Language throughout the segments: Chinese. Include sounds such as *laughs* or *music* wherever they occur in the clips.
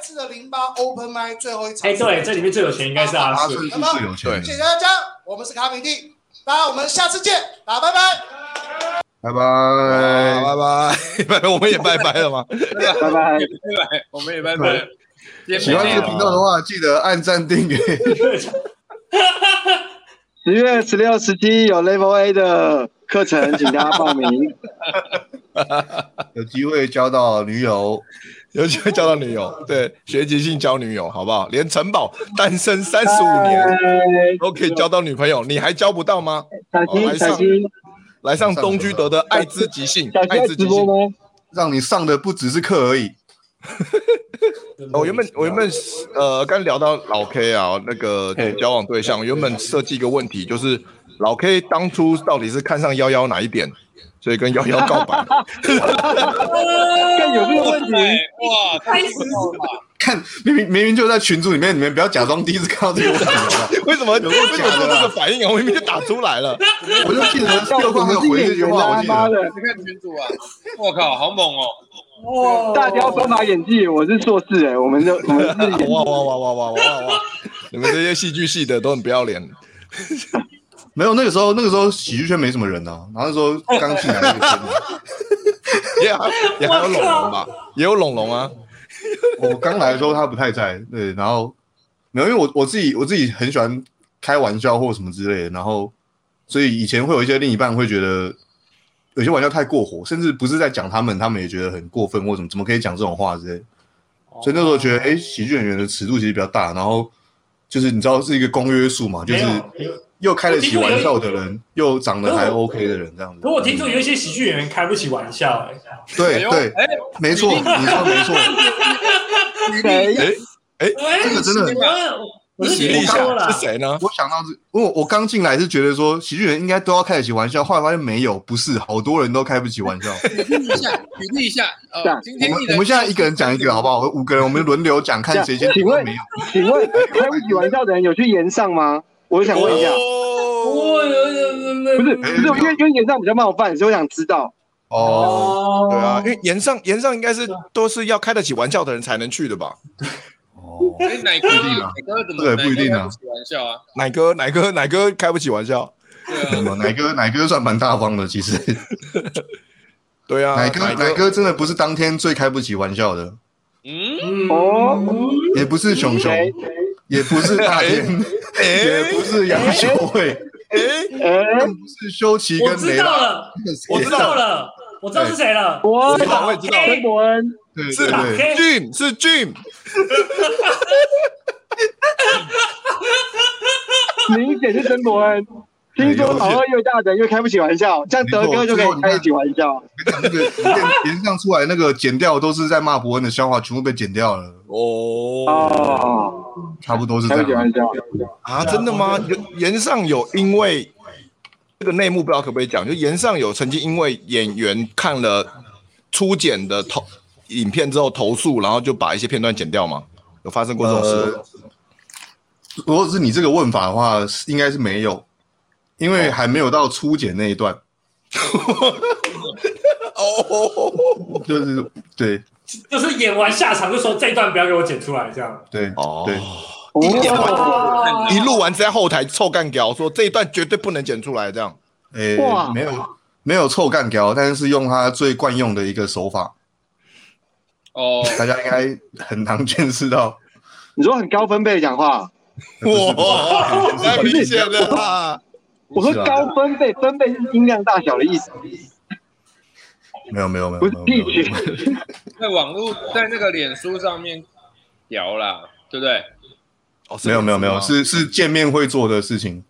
次的零八 Open m i 最后一场。哎，对，这里面最有钱应该是阿阿四。顺啊是最有钱的谢。谢大家，我们是卡米蒂，大家我们下次见，大家拜拜。拜拜拜。拜拜 *laughs* 拜拜，我们也拜拜了吗？拜拜。拜，我们也拜拜。今 *laughs* 天喜欢这个频 *laughs* 道的话，记得按赞订阅。十月十六、十七有 Level A 的课程，请大家报名。有机会交到女友，有机会交到女友，对，学习性交女友，好不好？连城堡单身三十五哎年都可以交到女朋友，你还交不到吗？小心，小心，来上东居德的爱之极性小，心爱要之哎直极播性。吗？让你上的不只是课而已。我哦原本我原本呃刚聊到老 K 啊，那个交往对象，原本设计一个问题，就是老 K 当初到底是看上幺幺哪一点，所以跟幺幺告白。看有没有问题？哇，开始看，明明明明就在群组里面，你们不要假装第一次看到这个问题。为什么有够假的做啦这个反应啊？我明明就打出来了。 *laughs* 我就记哎得像六我号没有们回是这演句员话，我啊，记妈得。的，你看群主啊！我靠，好猛哦！大雕斑马演技，我是硕士哎，我们就我们是演哇哇哇哇哇哇哇！你们这些戏剧系的都很不要脸。没有，那个时候那个时候喜剧圈没什么人啊，然后那时候刚进来那个圈子，*laughs* *laughs* 也还也还有龙龙吧，也有龙龙啊。我刚来的时候他不太在，对，然后没有，因为我我自己我自己很喜欢开玩笑或什么之类的，然后所以以前会有一些另一半会觉得有些玩笑太过火，甚至不是在讲他们，他们也觉得很过分或什么，怎么可以讲这种话之类的。所以那时候觉哦得，哎、喜剧演员的尺度其实比较大，然后就是你知道是一个公约数嘛，就是没有又开得起玩笑的人，又长得还 OK 的人这样子。嗯可我听说有一些喜剧演员开不起玩笑、哎，哎对呦对，哎，没错，你说没错，谁？哎哎，这个真的哎我我是徐听立说了霞，是谁呢？我想到这，因为我刚进来是觉得说喜剧人应该都要开得起玩笑，后来发现没有，不是，好多人都开不起玩笑。 *laughs* 举例一下，举例一下。呃，今我天们艺我人们现在一个人讲一个好不好？我们五个人我们轮流讲，看谁先讲。请问没有，请问开不起玩笑的人有去演上吗？我想问一下，我哦，有有有有不是，不是，因为因为演上比较冒犯，所以我想知道。哦，哦，对啊，因为岩上岩上应该是都是要开得起玩笑的人才能去的吧？哦哎奶哥，不一定啊奶哥怎这么？个也不一定啊奶哥开起玩笑啊，奶哥奶哥奶哥开不起玩笑？对那啊，么奶哥奶哥算蛮大方的，其 *laughs* 实对啊，奶哥奶哥真的不是当天最开不起玩笑的，嗯，嗯哦也不是熊熊，谁？也不是哎大天，也哎不是杨秀慧，哎，哎，更不是修齐我跟知雷道拉，了，我知道了，我知道是谁了，我知道我也知道陈伯恩，对是对打对。 K， Jim 是 Jim， *laughs* 明显是陈伯哎恩。听说老二越大的人越开不起玩笑，像德哥就可以开得起玩笑。讲那个连连上出来那个剪掉都是在骂伯恩的笑话，全部被剪掉了，哦哦，差不多是这开不起样。玩笑。啊，真的吗？岩岩上有因为这个内幕不知道可不可以讲，就岩上有曾经因为演员看了初剪的投影片之后投诉，然后就把一些片段剪掉吗？有发生过这种事？呃，如果是你这个问法的话，是应该是没有，因为还没有到初剪那一段，哦就是对就是演完下场就说这一段不要给我剪出来，这样。哦对哦呃对，哦哇 *laughs* 一录完在后台臭干掉，说这一段绝对不能剪出来，这 *laughs* 样诶、哇没有没有臭干掉，但是用他最惯用的一个手法，哦，大家应该很难见识到。你说很高分贝讲话，哇，太明显了啦！ *laughs* 我说高分贝，分贝是音量大小的意思，没有没有没有不是没有没有，没有 pitch。在网络，在那个脸书上面聊啦，对不对？哦是没有没有没有，吗是是见面会做的事情。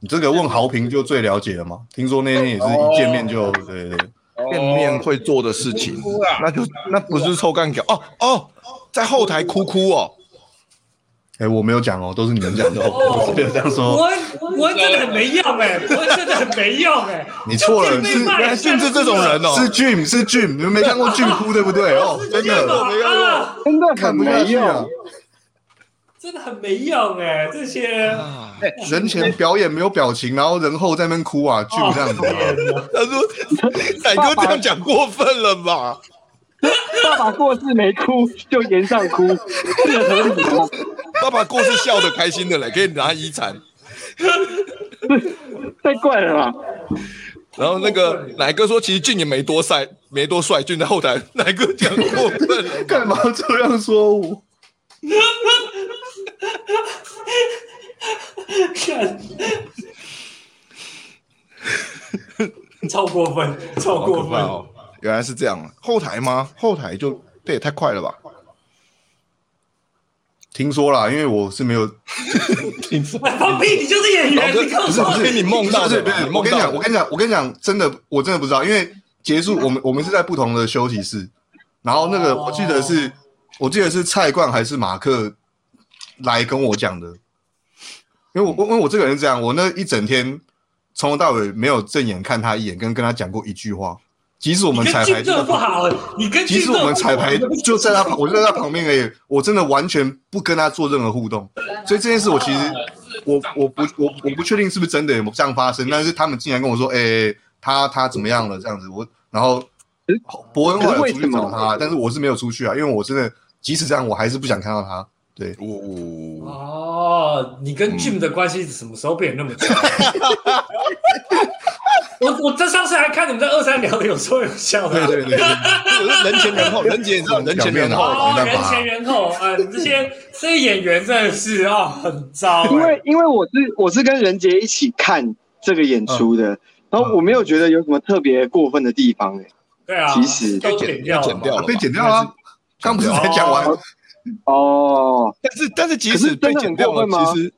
你这个问豪平就最了解了嘛？听说那天也是一见面就对对对，哦见面会做的事情哭啊，那就那不是臭干掉哦哦，在后台哭哭哦。哎，我没有讲哦，都是你们讲的，哦哦，我没有这样说，我我真的很没用哎，我真的很没用哎。你错了，是就原来俊是这种人哦，是 Jim 是 Jim，你们没看过 Jim *laughs* 哭对不对？哦，真的没看过啊，真的看很不没下去啊用。，真的很没用哎，这些。 *laughs* 啊人前表演没有表情，然后人后在那边哭啊，Jim *laughs* 这样子啊，天哪他说奶哥这样讲过分了吧？爸爸过世没哭，就延上哭，这个合理吗？爸爸过世笑的开心的嘞，可以拿遗产。太怪了吧？然后那个奶哥说，其实俊也没多帅，没多帅，俊在后台 *laughs* 奶哥讲过分了。 *laughs* 干嘛这样说我？看， *laughs* 超过分，超好可过怕分。哦！原来是这样，后台吗？后台就这也太快了吧！听说啦，因为我是没有，哦放屁！你就是演员，老哥你告不诉是我不是你梦到不是的不是不吧，你是我梦跟你到讲，的嗯我跟你讲，我跟你讲，真的，我真的不知道，因为结束，我们我们是在不同的休息室，然后那个哦我记得是，我记得是蔡冠还是马克来跟我讲的，因为嗯我我因为我这个人是这样，我那一整天从头到尾没有正眼看他一眼，跟跟他讲过一句话，即使我们你彩跟排俊就在正不旁，好，你跟即俊使正我们彩排就在他旁，我就在他旁边而已，我真的完全不跟他做任何互动，所以这件事我其实。我我不我我不确定是不是真的有这样发生，但是他们竟然跟我说，哎、他他怎么样了这样子，我然后嗯伯恩后来有为出什去么找他，但是我是没有出去啊，因为我真的即使这样，我还是不想看到他。对，我哦，你嗯跟 Jim 的关系什么时候变得那么差？ *laughs* 我我这上次还看你们在二三聊的有说有笑的、对对对，对这个是人前人后，人前你知道人前表人面后，啊哦，人前人后，啊，你这些这些演员真的是哦，很糟、哎哎因为因为我是我是跟任杰一起看这个演出嗯的，然后我没有觉得有什么特别过分的地方、欸，对啊，其实都剪剪掉了嘛剪掉了，被剪掉了啊。刚不是才讲完，哦哦，但是但是即可是使被真的剪很掉过了，分吗其实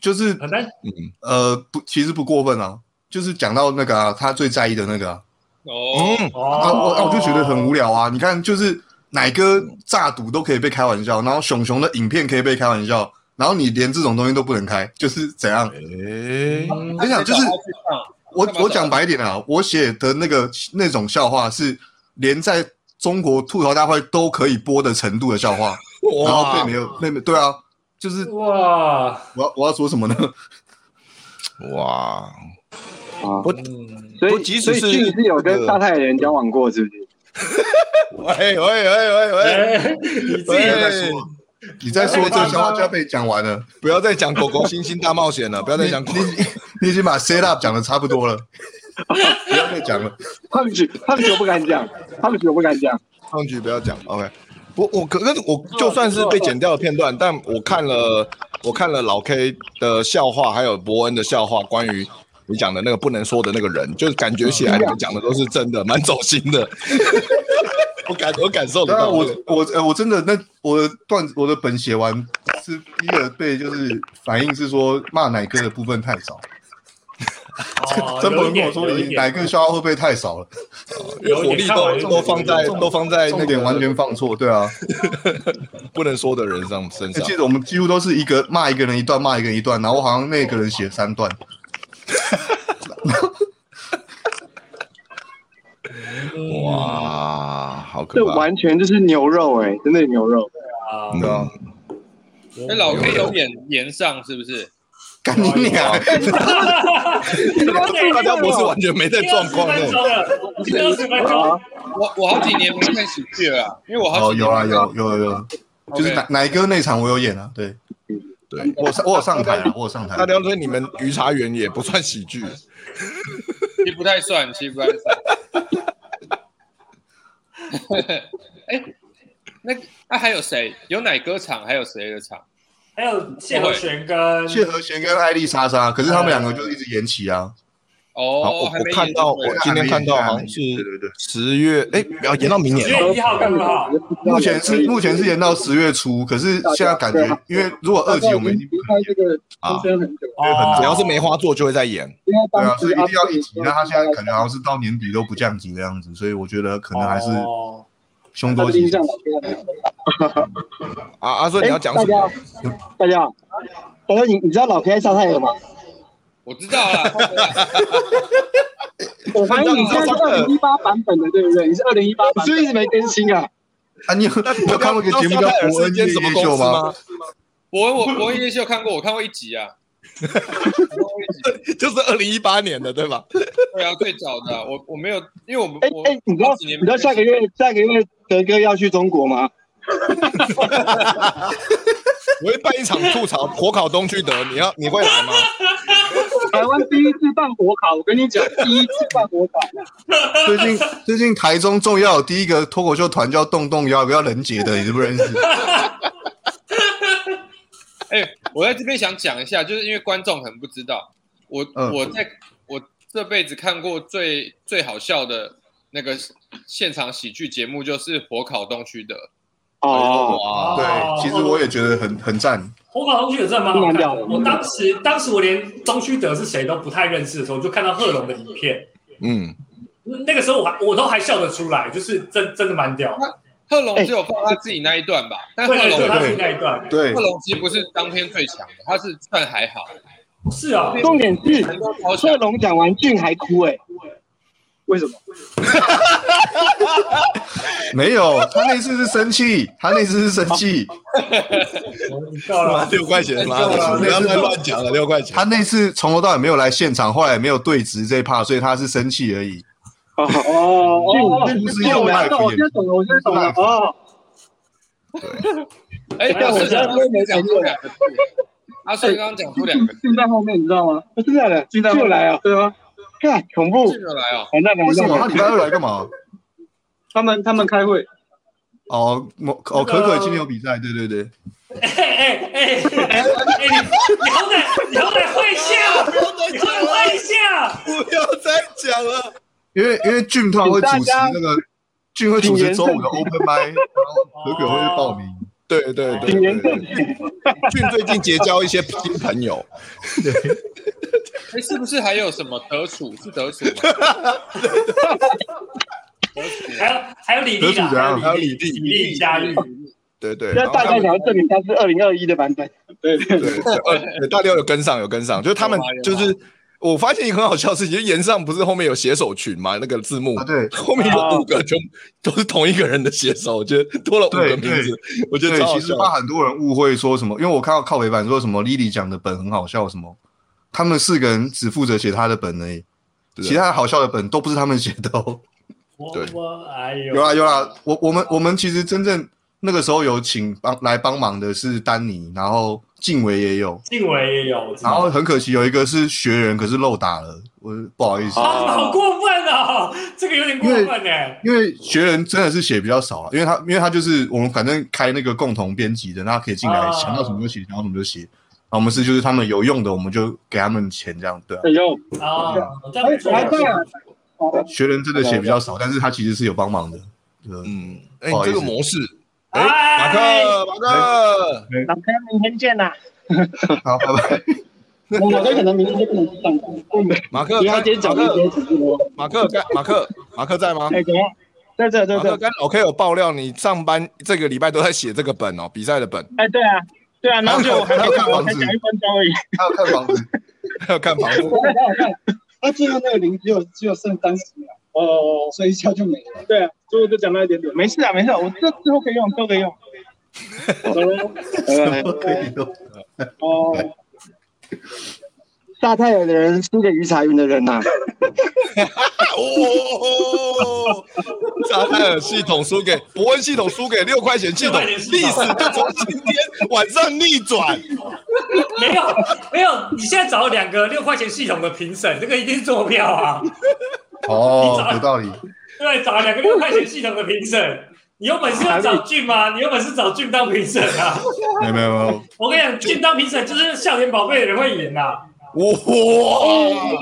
就是很难嗯呃不，其实不过分啊，就是讲到那个、啊、他最在意的那个啊，哦，嗯，哦啊我啊我就觉得很无聊啊。你看，就是奶哥炸赌都可以被开玩笑，然后熊熊的影片可以被开玩笑，然后你连这种东西都不能开，就是怎样？哎，我跟你讲，就是他去上我干我嘛找他讲白一点啊，我写的那个那种笑话是连在中国吐槽大会都可以播的程度的笑话，然后被哇没有被没对啊，就 *laughs* 是哇，我要我要说什么呢？哇，啊，嗯，所不以即使所以是俊是有这呃跟个大太人交往过，是不是？喂喂喂喂喂，哎， *laughs* 你自己喂不要再说了你再说这个笑话就要被讲完了，不要再讲狗狗星星大冒险了，不要再讲狗狗。你已经把 set up 讲的差不 *laughs* 多了，不要再讲了。他们觉他们觉得不敢讲，他们觉得不敢讲。上去不要讲，OK。我我可跟我就算是被剪掉的片段，但我看了我看了老 K 的笑话，还有伯恩的笑话，关于你讲的那个不能说的那个人，就是感觉起来你们讲的都是真的，蛮走心的。我感我感受得对啊，到，我我呃我真的那我的段子我的本写完是第一个被就是反应是说骂奶哥的部分太少，哦真不有一能跟点我说有一你点奶哥笑话会不会太少了？有一火点力看完都就都放在重点都放在那重个点完全放错，*laughs* 对啊。不能说的人上身欸啊上记。得我们几乎都是一个骂一个人一段，骂一个人一段，然后我好像那个人写三段，哦哇，好可这怕！完全就是牛肉哎、真的牛肉。啊，嗯对啊，那老 *laughs* K 有演演上是不是？干你哦娘！哦大家不是完全没在状况二十分钟了，已经二哎内。十分钟了，我我好几年没看喜剧了啊，因为我好哦，几年有啊，没看有有有有，就是奶奶哥那场我有演啊，对对，我有上我有上台啊，我有上台大。家说你们鱼茶园也不算喜剧。其实不太算，其实不太算。 *laughs* 哎、那那、还有谁？有奶哥场，还有谁的场？还有谢和弦跟谢和弦跟艾丽莎莎，可是他们两个就是一直延期啊。好，哦，我还我没看演到对我今天看到好像是对对对，十月，哎，要延到明十年哦。月一号啊跟二号，目前是目前是延到十月初，可是现在感觉，因为如果二级我们已经不可能这个啊出生很久，哦只要是梅花座就会再演，因为对当啊，时所以一定要一 update 级。那他现在感觉好像是到年底都不降级的样子，所以我觉得可啊能还是哦凶他多的吉印少象。老啊，阿顺你要讲哎大什么家？，嗯大家，大家，你你知道老 K 在上太阳吗？我知道 *laughs* 了，我发现你现在是二零一八版本的，对不对？你是二零一八版，所以一直没更新啊。啊，你有你有看过一个节目叫知道《沙伯泰尔恩是间夜什么夜公秀》司吗？吗？伯恩我伯恩夜秀看过，我看过一 *laughs* 集啊。我看过一集就是二零一八年的对吧？对啊，最早的啊、我我没有，因为我们哎我哎，你知道好几你年知道下个月月下个月德哥要去中国吗？我会办一场吐槽火烤东区德，你要你会来吗？台湾第一次办火烤，我跟你讲，第一次办火烤，最近 *laughs* 最近台中重要的第一个脱口秀团叫洞洞幺，不要人杰的，你知不认识？哎、我在这边想讲一下，就是因为观众可能不知道，我、嗯我在我这辈子看过最最好笑的那个现场喜剧节目，就是火烤东区的。 *laughs* 哦，哦对，其实我也觉得很很赞。火烤东区德真的蛮好看蛮屌的。的我当时当时我连东区德是谁都不太认识的时候，我就看到贺龙的影片，嗯，那个时候我还我都还笑得出来，就是真真的蛮屌。贺哎龙只有放他自己那一段吧，但贺对龙对，他对是那一段，对哦贺，龙其实不是当天最强的，他是算还好，是啊，重点是能够超强贺。龙讲完俊还哭哎、为什么？没有，他那次是生气，他那次是生 *laughs* 气，我知道了。哎六块钱，妈对啊的，不要再乱讲了，六块钱他。那次从头到尾没有来现场，后来也没有对质这一趴，所以他是生气而已。哦哦并不是哦用我知道 live 我现在懂了，我现在懂了。哦，哎、哎但我我觉刚得刚没讲出两个字，阿顺刚刚讲出两个字，哦进在后面，你知道吗？不是这样哦的，进在后就面来啊，对啊，看恐怖，进得来哦。完蛋为完什蛋么他完礼蛋，拜二来干嘛？他们他们开会，哦，某哦，可可金牛比赛，对对对，哎哎哎哎，你你好歹你好歹会笑，你好歹会笑。不要再讲了，因为因为俊他会主持那个，俊会主持周五的 open m i 然后可可会去报名。 *laughs* 对对对谨言对，慎对行。 *laughs* 俊最近结交一些新朋友，哎、是不是还有什么德楚？是德楚吗？德楚哦还有还有李丽啊，还有丽，李丽，李丽佳玉，对对，现在然后大他家们想要证明他是二零二一的版本，对对对对，呃对大雕有跟上，有跟上，就是他们有啊有啊就是。我发现一个很好笑的事情，就是岩上不是后面有写手群嘛？那个字幕 *laughs* 啊对后面有五个，就都是同一个人的写手，我觉得多了五个对名字，我觉得对，超好其笑实。怕很多人误会说什么，因为我看到靠北版说什么 Lily 讲的本很好笑什么，他们四个人只负责写他的本而已，对啊其他好笑的本都不是他们写的哦。我对我哎呦，有啦有啦，我我们我们其实真正那个时候有请帮来帮忙的是丹尼，然后静伟也有，静伟也有，我知然道后很可惜有一个是学员，可是漏打了，我不好意思。啊啊，好过分哦，这个有点过分哎。因为学人真的是写比较少啊，因为他因为他就是我们反正开那个共同编辑的，那他可以进来啊想到什么就写，想到什么就写。然后我们是就是他们有用的，我们就给他们钱这样，对啊。哎呦，啊，这样还不错还在啊，学人真的写比较少，但是他其实是有帮忙的。 *laughs* 嗯，嗯，哎不好，意这思个模式，哎，马哎，克，马克，哎老哥明天见啊啦。好，拜拜。 *laughs* 我哥可能明天就不能去上班，马克，因为他今天马讲了一克，些直播。马克，该马克，马克在吗？哎，怎样？在这，在马克，这。刚老 K 有爆料，你上班这个礼拜都在写这个本哦，比赛的本，哎，对啊，对啊，然后就我还没还有看我房才子讲一分钟而已。还有看房子，还有看房子。我看，我看，他最后那个零只有只有剩三十秒，哦，所以一下就没了。对啊，所以我就讲到一点点，没没事啊，没事啊，我这之后可以用，都可 *laughs* 以用。走了。拜拜 *laughs* 可以都哦， *laughs* 大太阳的人输给于茶云的人 *laughs* 呐、哦，沙泰尔系统输给伯恩系统，输给六块钱系统，历史就从今天晚上逆转。没有没有，你现在找两个六块钱系统的评审，这个一定是坐票啊。 *laughs* 哦，有道理。对，找两个六块钱系统的评审。你有本事要找俊吗？你有本事找俊当评审啊！没有没有没有，我跟你讲，俊当评审就是笑脸宝贝的人会赢啊！哇，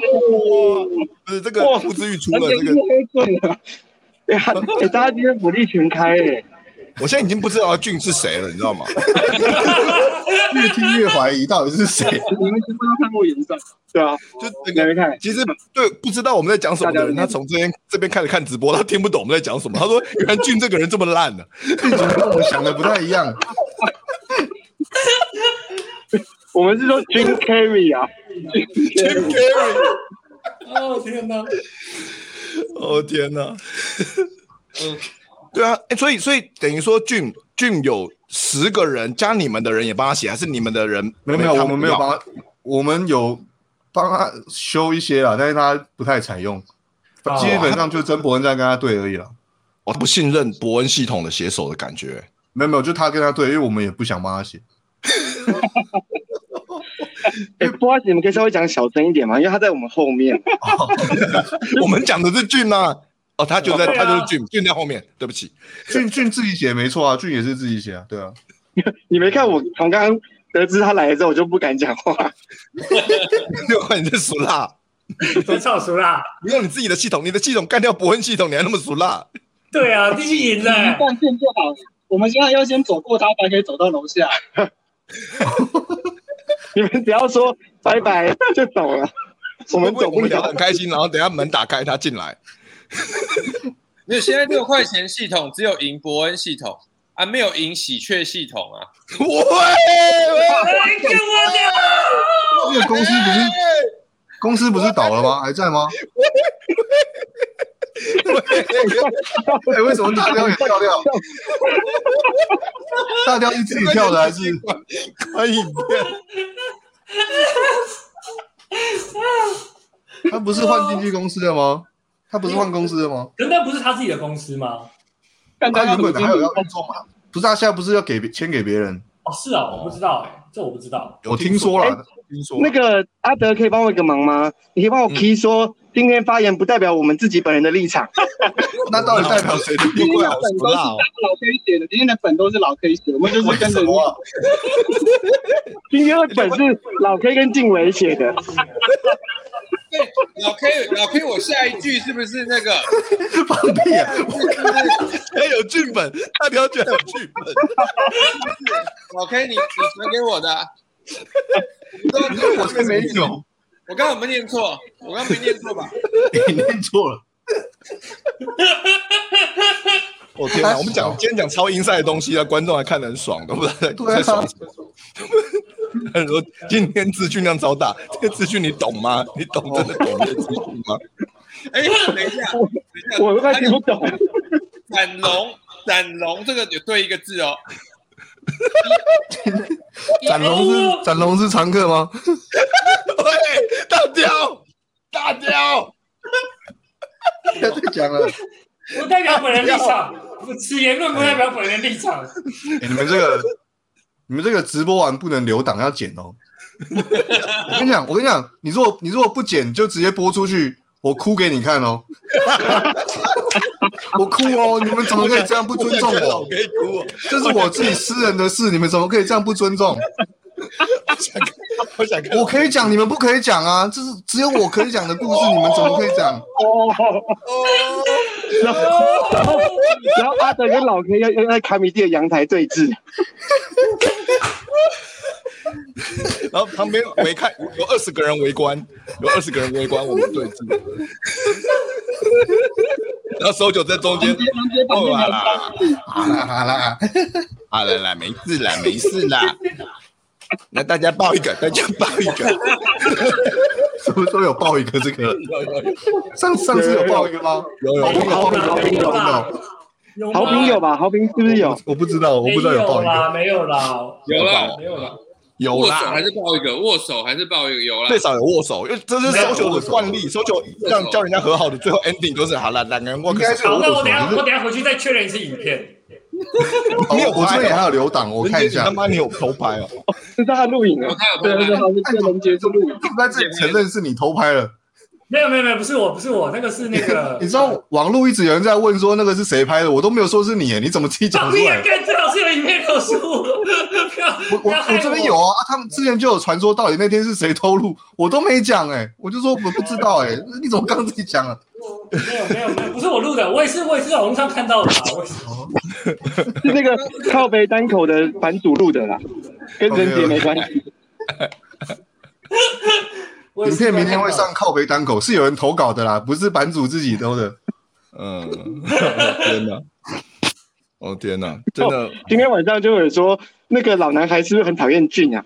不是这个付之欲出了，这个喝醉了。 *laughs* 哎、呀，哎大家今天火力全开哎、我现在已经不知道俊是谁了，你知道吗？越听越怀疑到底是 *laughs* 谁。你们全部都看过演上，对啊，就整你个没看？其实对不知道我们在讲什么的人，他从这边这边开始看直播，他听不懂我们在讲什么。他说：“原来俊这个人这么烂呢、剧情跟我想的不太一样。我们是说 Jim Carrey 啊， Jim Carrey，哦天哪！哦天哪！对啊，哎、所以所以等于说俊俊有十个人加你们的人也帮他写，还是你们的人没有没有，他我们没有不要帮他，我们有帮他修一些啦，但是他不太采用，哦基本上就曾伯恩在跟他对而已啦。我不信任伯恩系统的写手的感觉。没有没有，就他跟他对，因为我们也不想帮他写。哎，不好意思，你们可以稍微讲小声一点吗？因为他在我们后面。我们讲的是俊呐、哦，他就在，对啊他就是俊，俊在后面。对不起，俊俊自己写没错啊，俊也是自己写啊，对啊。你没看我从刚刚得知他来了之后，我就不敢讲话。六块你是俗辣，真操熟啦！你用你自己的系统，你的系统干掉伯恩系统，你还那么俗辣？对啊，这是赢了、一半片就好。我们现在要先走过它，才可以走到楼下。 *laughs* 你们只要说拜拜就走了，我们走我不们聊得了很。开心，然后等一下门打开，他进来。没有，现在六块钱系统只有赢伯恩系统啊，没有赢喜鹊系统啊。喂喂，哎，跟我讲，那个公司不是公司不是倒了吗？还在吗？ *laughs* 哎，为什么大雕也跳掉？大雕是自己跳的还是？关影片，他不是换经纪公司的吗？他不是换公司的吗？可是那不是他自己的公司吗？看他他要原怎么本经还有营要运作嘛？不是，他现在不是要给别签给别人？哦，是啊，我不知道哎、这我不知道。我听说了，听说那个阿德可以帮我一个忙吗？你可以帮嗯我 key 说，今天发言不代表我们自己本人的立场。那到底代 *laughs* 表谁的今地天位的啊？本都是老 K 写的，今天的本都是老 K 写的，我们就是跟着为什么啊今天的本是老 K 跟静伟写的，对，老 K 老 K，我下一句是不是那个？放屁啊！ *laughs* 还有剧本，他了解有剧本。老 K，你你传给我的啊、对啊我才没有，我刚刚有没有念错？我刚刚没念错吧？你念错了。我天啊，我们讲今天讲超音赛的东西啊，观众还看得很爽，都不知道 *laughs* 在对啊在爽什么。 *laughs* 他说今天资讯量超大，这个资讯你懂吗？你懂真的懂这个资讯吗？哎，等一下，等一下，我都快听不懂。斩龙，斩龙这个有对一个字哦。展龙哎是展龙是常客吗？ *laughs* 喂，大雕，大雕，不要再讲了。不代表本人立场，此言论不代表本人立场。欸你们这个，你们这个直播完不能留档，要剪哦。我跟你讲，我跟你讲，你如果你如果不剪，就直接播出去，我哭给你看哦。 *laughs* 我哭哦！你们怎么可以这样不尊重我我？可以哭哦，这是我自己私人的事，你们怎么可以这样不尊重？我想看。我可以讲，你们不可以讲啊！这是只有我可以讲的故事，你们怎么可以讲？然后阿德跟老 K 要要在卡米蒂的阳台对 *laughs* 峙，然后旁边围看有二十个人围观，有二十个人围观我们对峙， *laughs* 然后手九在中间，哦啦啦，好啦好啦，啊来来，没事啦，没事啦。那大家抱一个，大家抱一个。什么时候有爆一个这个？有有有上上次有爆一个吗？有有，爆一个，爆一个，爆一个！有吗豪平有吧？豪平是不是有？我不知道，我不知道有爆一个。没有啦，有啦，没有啦，没有啦。有握手还啦，是抱一个，握手还是抱一个，有啦最。少有握手，因为这是手九的惯例，手九让叫人家和好的最后 ending 都是好了，两个人握应个该手是。好，那我等一下有我等一下回去再确认一次影片。你有我这边也还有留档，我看一你下他。妈你有偷拍哦？是在他录影有啊？他有对偷对对，好，拍，这人杰是录影。在这里承认是你偷拍了。没有没有没有，不是我不是我，那个是那个你。知道网络一直有人在问说那个是谁拍的，我都没有说是你耶，你怎么自己讲放出哦屁啊！来？干，最好是有影片告诉我，不要我不我要害我这边有啊，啊他们之前就有传说到底那天是谁偷录，我都没讲哎，我就说我不知道哎，你怎么刚自己讲啊了？没有没有没有，不是我录的，我也是我也是在网络上看到的啊，我也是。是那个靠背单口的版主录的啦，跟人杰没关系。我也影是片明天会看到的上靠背单口，是有人投稿的啦，不是版主自己偷的。嗯，天哪！哦天哪，真的，今天晚上就有人说，那个老男孩是不是很讨厌俊 *laughs* 啊？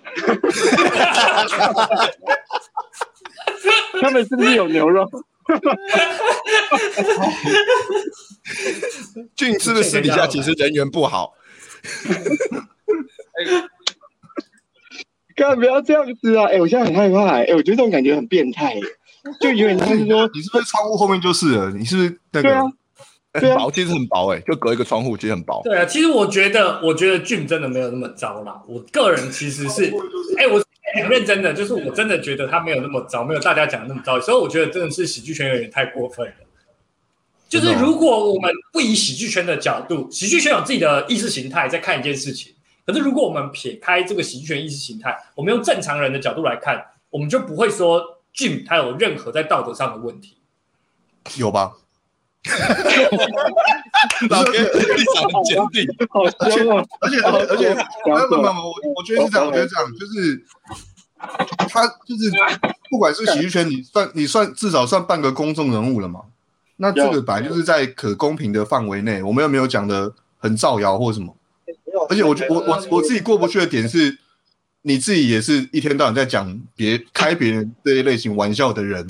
他们是不是有牛肉？俊是不是私底啊下其实人缘不好？干不要这样子啊！哎、我现在很害怕、哎、我觉得这种感觉很变态、哎就有点像是说，你是不是窗户后面就是了？你是不是那对啊个？对啊薄，其实很薄哎、就隔一个窗户，其实很薄。对啊，其实我觉得，我觉得俊真的没有那么糟啦。我个人其实是，哎、 *laughs* 我很认真的，就是我真的觉得他没有那么糟，没有大家讲的那么糟。所以我觉得真的是喜剧圈有点太过分了。就是如果我们不以喜剧圈的角度，喜剧圈有自己的意识形态在看一件事情。可是如果我们撇开这个喜剧圈意识形态，我们用正常人的角度来看，我们就不会说俊他有任何在道德上的问题。有 *laughs* 吧？老爹立场很坚定，好凶哦！而且而且而且，没有没啊有没有，我我觉得是这样，我觉得这样就是，他就是不管是喜剧圈，你算你算至少算半个公众人物了嘛。那这个本来就是在可公平的范围内，我们又没有讲的很造谣或什么。而且我觉我我我自己过不去的点是，你自己也是一天到晚在讲别开别人这一类型玩笑的人，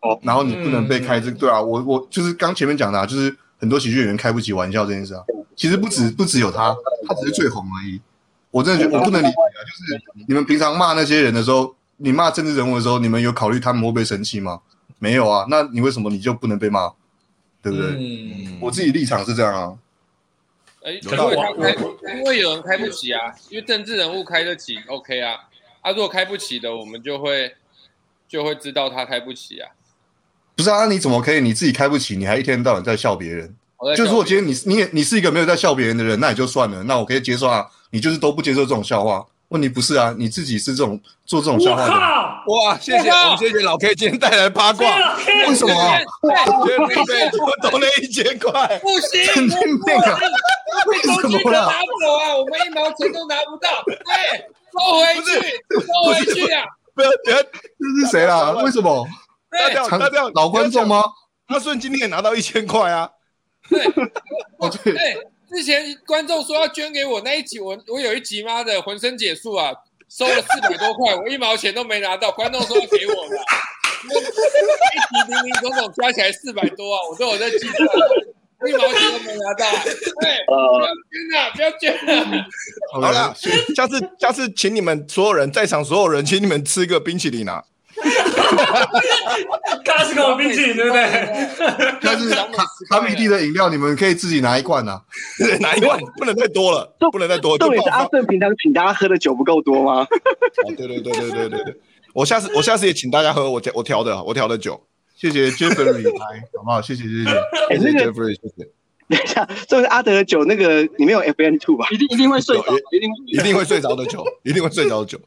哦然后你不能被开这对啊，我我就是刚前面讲的、啊，就是很多喜剧演员开不起玩笑这件事啊，其实不止不只有他，他只是最红而已。我真的觉得我不能理解啊，就是你们平常骂那些人的时候，你骂政治人物的时候，你们有考虑他们会不会生气吗？没有啊，那你为什么你就不能被骂？对不对？嗯，我自己立场是这样啊。哎，有因道为理他开，因为有人开不起啊，因为政治人物开得起，OK 啊。啊，如果开不起的，我们就会就会知道他开不起啊。不是啊，你怎么可以你自己开不起，你还一天到晚在笑别人？我在就想是我今天你你也你是一个没有在笑别人的人，那也就算了，那我可以接受啊。你就是都不接受这种笑话，问题不是啊，你自己是这种做这种我笑话的 *laughs* 人，靠，哇，谢谢哇我们谢谢老 K 今天带来的八这卦，个天为什么啊？我觉得 *laughs* *laughs* 林北我懂了一千块，不神行，经病啊！为东什西么都啦拿？走啊，我们一毛钱都拿不到。对，收回去，收回去啊。不要不要，这是谁啦？为什么？大对家常大家哎老观众？吗？阿顺今天也拿到一千块啊，对哦，对， *laughs* 对，之前观众说要捐给我那一集，我我有一集妈的浑身解数啊，收了四百多块，我一毛钱都没拿到，观众说要给我的啊。那一集零零总总加起来四百多啊，我都有在计算，我一毛钱都没拿到啊。对，不呃，要捐啊，不要捐啊！好好了了，，下次下次请你们所有人在场所有人，请你们吃个冰淇淋啊， *laughs* 他是跟我冰淇淋，对不对？ *laughs* 但是卡卡米蒂的饮料，你们可以自己拿一罐啊。拿一万，不能再多了，不能再多，就重点爆是啊阿发。正平常请大家喝的酒不够多吗？ *laughs* 哦对对对对对对对，我下次我下次也请大家喝我调我调的我调的酒，谢谢 Jeffrey 来，好不好？谢谢谢谢。哎，谢谢那个 Jeffrey，谢谢，等一下，这是阿德的酒，那个里面有 FN two 吧？一定一定会睡着，一定一定会睡着的酒，一定会睡着的酒。 *laughs*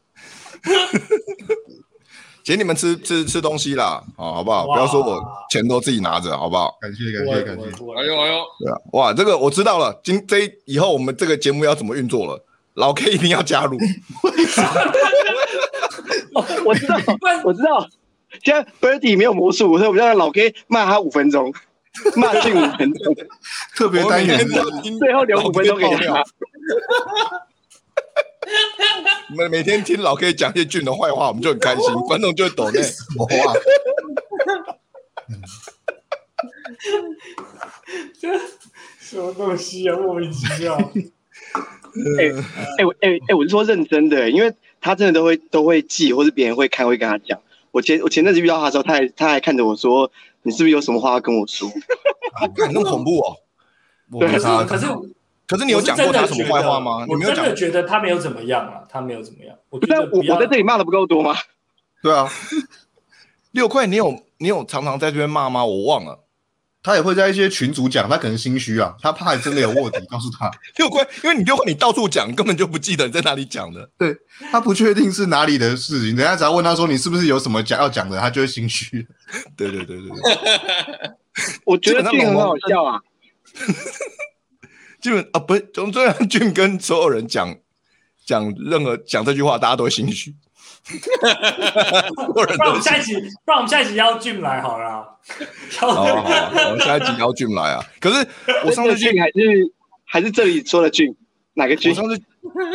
请你们吃吃吃东西啦，哦，好不好？哇不要说我钱都自己拿着，好不好？感谢感谢感谢。哎呦哎呦，对啊，哇，这个我知道了。今这一以后我们这个节目要怎么运作了？老 K 一定要加 *laughs* 入， *laughs* 我知道，我知道。现在 Birdy 没有魔术，所以我们让老 K 骂他五分钟， *laughs* 骂进五分钟，特别我单每元天都要听最后留老五分 K 钟给爆他料。我们每天听老 K 讲一些俊的坏话，我们就很开心，哦观众就会抖内。什么啊？什么东西啊，莫名其妙。哎、我哎哎，我是说认真的、因为他真的都会都会记，或是别人会看会跟他讲。我前我前阵子遇到他的时候，他还他还看着我说：“你是不是有什么话要跟我说看啊那么恐怖哦！我没可是啥我，可是我啊可是你有讲过他什么坏话吗？你我没有真讲的觉得他没有怎么样啊，他没有怎么样。我？”觉但得我不要我在这里骂的不够多吗？对啊，六块，你有你有常常在这边骂吗？我忘了。他也会在一些群组讲，他可能心虚啊，他怕真的有卧底，告诉他，六块，因为你六块你到处讲，根本就不记得你在哪里讲的。他不确定是哪里的事情，人家只要问他说你是不是有什么讲要讲的，他就会心虚。对对对对对，我觉得这个很好笑啊！基本啊，不是， *laughs* 总之让俊跟所有人讲讲任何讲这句话，大家都会心虚。 *laughs* 所有人不然我都们心下一集，不然我们下一集邀俊来好了啊。好好邀好啊，我们下一集邀俊来啊。可是我上次去这个俊还是还是这里说的俊，哪个我俊？上次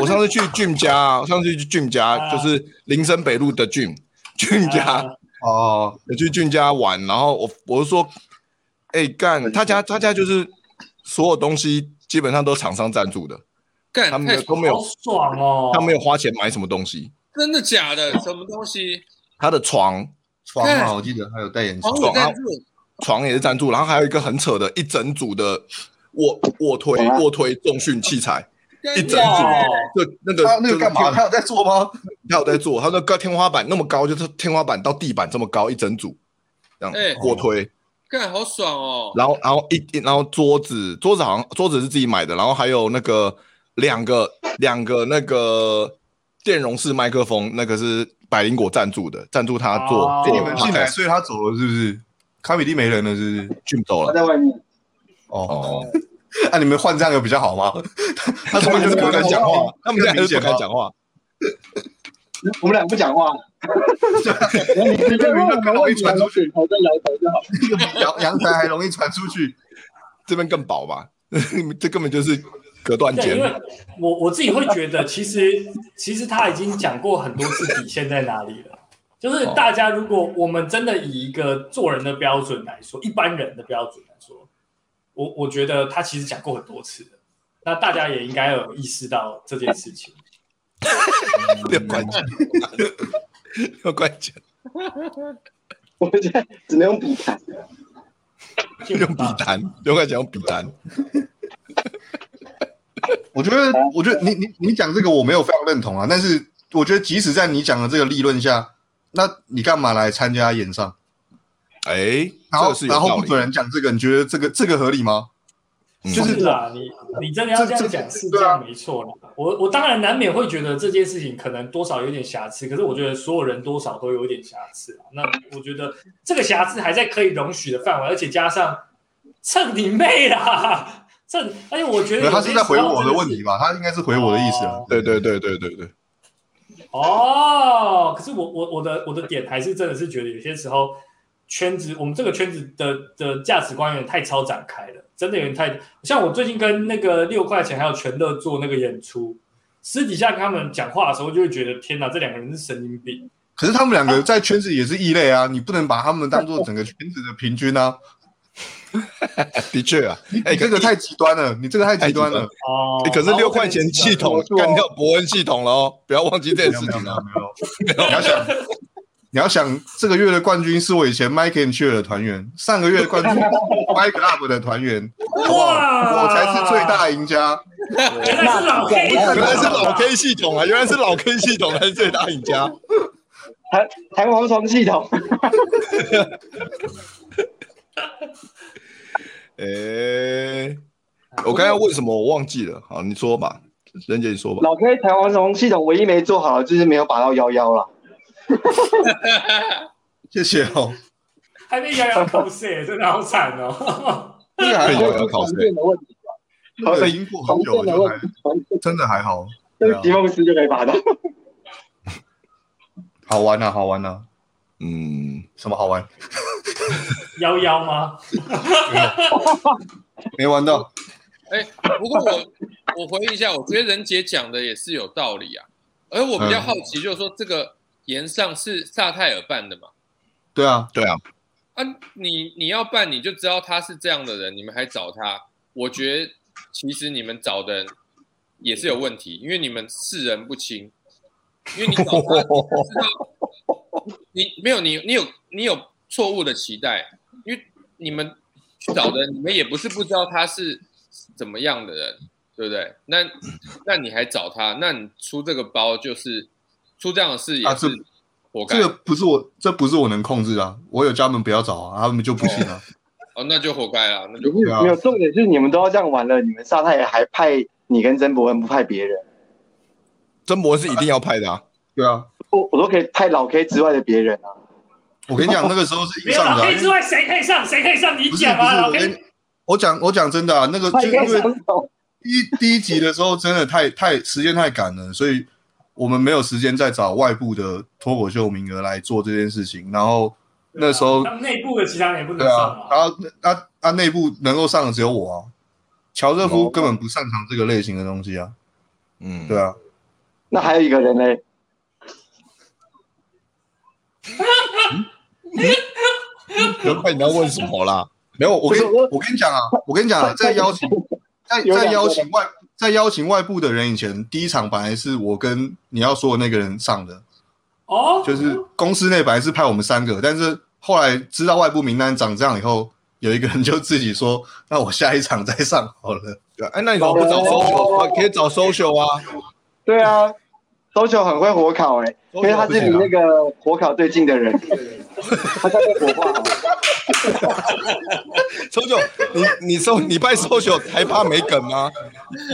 我上次去俊家，我上次去俊家啊就是林森北路的俊俊家，啊 *laughs* 哦，我去俊家玩，然后我我就说，哎、干他家他家就是所有东西基本上都厂商赞助的，干他们太的都没有 *laughs* 好爽哦！他没有花钱买什么东西，真的假的？什么东西？他的床床嘛，看啊我记得他有代言黄床，伟赞助，床也是赞助，然后还有一个很扯的一整组的卧卧推卧推重训器材，一真整的组哦，就那个他那个干嘛？就是天他有在做吗？他有在做，他那个天花板那么高，就是天花板到地板这么高，一整组这哎样哦卧推，干好爽哦！然后然后一一然后桌子桌子好像桌子是自己买的，然后还有那个两个两个那个电容式麦克风，那个是百灵果赞助的，赞助他做哦做你们进来， podcast 所以他走了是不是？卡米蒂没人了是不是？ Jim 走了他在外面，哦， *laughs* 哦，那你们换这样有比较好吗？ *laughs* 他是不是就不敢讲话？ *laughs* 他们俩就是不敢讲话。我们俩不讲话。你直接问我们问题，然后 *laughs* 点头跟摇头就好。阳阳台还容易传出去。这边更薄吧？ *laughs* 这根本就是隔断对，间因。为我我自己会觉得，其实 *laughs* 其实他已经讲过很多次底线在哪里了。就是大家如果我们真的以一个做人的标准来说，一般人的标准来说，我我觉得他其实讲过很多次了。那大家也应该有意识到这件事情。六块钱， *laughs* 六块钱，我们现在只能用笔谈。用笔单，啊六块钱用笔单。我觉得，我觉得你你你讲这个我没有非常认同啊，但是我觉得即使在你讲的这个立论下，那你干嘛来参加演唱？哎，然这后个是有然道后不理准。人讲这个，你觉得这个这个合理吗？嗯就是啊，你你真的要这样讲是这样没错啦。我我当然难免会觉得这件事情可能多少有点瑕疵，可是我觉得所有人多少都有点瑕疵啊。那我觉得这个瑕疵还在可以容许的范围，而且加上蹭你妹啦， *laughs* 蹭！而且我觉可得能他是在回我的问题吧。吧？他应该是回我的意思啊哦。对对对对对对，哦，可是我我我的我的点还是真的是觉得有些时候圈子，我们这个圈子的的价值观有点太超展开了，真的有点太像我最近跟那个六块钱还有全乐做那个演出，私底下跟他们讲话的时候，就会觉得天哪，这两个人是神经病。可是他们两个在圈子也是异类啊，你不能把他们当做整个圈子的平均啊。的确啊。 *laughs* 哎，你这个太极端了，你这个太极端了。哦哎，可是六块钱系统干掉伯恩系统了哦，不要忘记这没件有事没有情没啊有。没 *laughs* 有，你要想，你要想，这个月的冠军是我以前 Mike and Cheer 的团员，上个月的冠军是 Mike Club 的团 *laughs* 员，好不好？哇我才是最大赢家。原来是老哦 K，原来是老 K 系统啊，原来是老 K 系统才是最大赢家。弹弹簧床系统，哎，我刚才为什么我忘记了？好，你说吧，任姐你说吧。老 K 弹簧床系统唯一没做好的就是没有把到幺幺了。谢谢 *laughs* 哦，还被摇摇头射，真的好惨 *laughs* 哦。这个还被好，摇摇考常试。见的问题，这个已经过很久了，就还真的还好，对啊用席梦思就可以把到。好玩啊，好玩啊，嗯，什么好玩？幺幺吗？没玩到，哎，不过我我回应一下，我觉得任杰讲的也是有道理啊。而我比较好奇，就是说这个岩上是萨泰尔办的嘛？对 *laughs* 啊，对啊，啊，你你要办，你就知道他是这样的人，你们还找他，我觉得其实你们找的人也是有问题，因为你们世人不清，因为你找他， *laughs* 你不知道你没有你你有你有错误的期待，因为你们去找的人，你们也不是不知道他是怎么样的人，对不对？那那你还找他，那你出这个包就是出这样的事也啊是这活该、这个不是我，这不是我能控制的啊，我有叫他们不要找啊，他们就不信啊。哦，那就活该了，那就不是没有重点是你们都要这样玩了，你们沙太还派你跟曾伯恩，不派别人。真博是一定要拍的啊。 *laughs* 对啊，我我都可以派老 K 之外的别人啊。我跟你讲，那个时候是没硬有上老的啊、 K 之外，谁可以上？谁可以上？你不是讲不啊，是，老我 K 跟。我讲我讲真的啊，那个就是因为第一第一集的时候真的太太时间太赶了，所以我们没有时间再找外部的脱口秀名额来做这件事情。然后那时候他们内部的其他人也不能对上啊啊，。然后那啊啊内部能够上的只有我啊，乔瑟哦夫根本不擅长这个类型的东西啊，嗯，对啊，那还有一个人呢，难怪你要问什么啦。没有我跟不是我我跟你讲啊，我跟你讲啊，在邀请在有在两个邀请外在邀请外部的人以前，第一场本来是我跟你要说的那个人上的，哦，就是公司内本来是派我们三个，但是后来知道外部名单长这样以后，有一个人就自己说：“那我下一场再上好了。对啊，哎，那你怎么不找哦 social？、可以找 social 啊。对啊，周九很会火烤哎、因为他啊是离那个火烤最近的人， *laughs* 他在被火化。 social，你你收你拜 social 还怕没梗吗？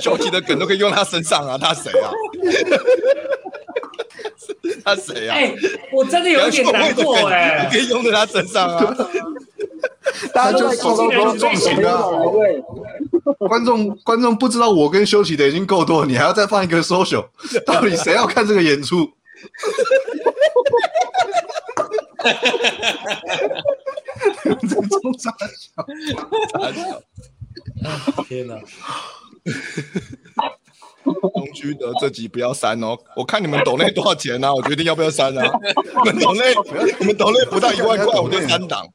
秀吉的梗都可以用他身上啊，他谁啊？他谁啊？哎、我真的有一点难过哎、你可以用在他身上啊。大家就都在是高高说高撞型啊来位，” *laughs* 观众观众不知道我跟休息的已经够多，你还要再放一个 *laughs* social，到底谁要看这个演 *laughs* 出？这种傻笑天哪！东区的这集不要删哦，我看你们抖内多少钱呢、啊？我决定要不要删啊。你们抖内，你们抖内不到一万块，我就删档。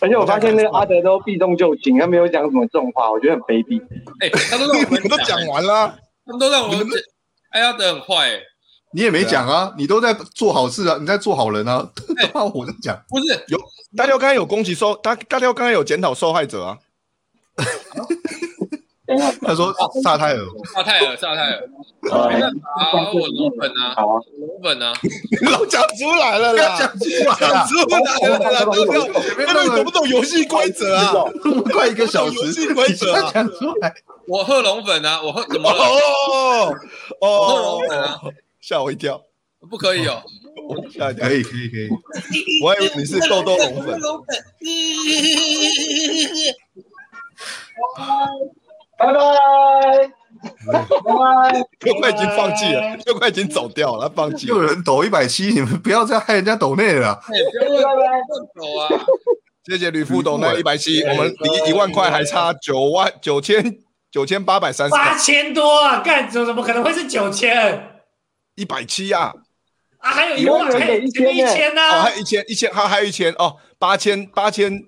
而且我发现那个阿德都避重就轻，他没有讲什么重话，我觉得很卑鄙。哎，他都让我你们们都讲完啦，他们都让我们讲，哎呀，得很坏哎，你也没讲啊，你都在做好事啊，你在做好人啊，都怕我在讲。不是大雕刚才有攻击受，大大雕刚才有检讨受害者啊。 *laughs* 他说萨泰尔，沙泰尔，沙泰尔，没呃办法 *laughs* 啊，我老本啊，好啊，老本啊，你老讲出来了不要啦，讲出来讲啊！出来了啦，大雕，那你懂不懂游戏规则啊？录快一个小时，游戏规则啊你讲出来。我贺龙粉啊，我贺怎么了？哦我贺龙粉啊哦，，吓我一跳，不可以哦，我吓一跳可，以可以可以，我还以为你是豆豆龙粉。拜拜，拜拜。六块已经放弃了，六块已经走掉了，他放弃有了。人抖一百七，你们不要再害人家抖内了啊。哎，不要乱乱走啊，谢谢吕副董那一百七，我们离一万块还差九万九千九千八百三十八千多啊，干怎怎么可能会是九千一百七啊！啊？还有一万，还有前面一千呢、哦，还有一千一千，还还有一千哦，八千八千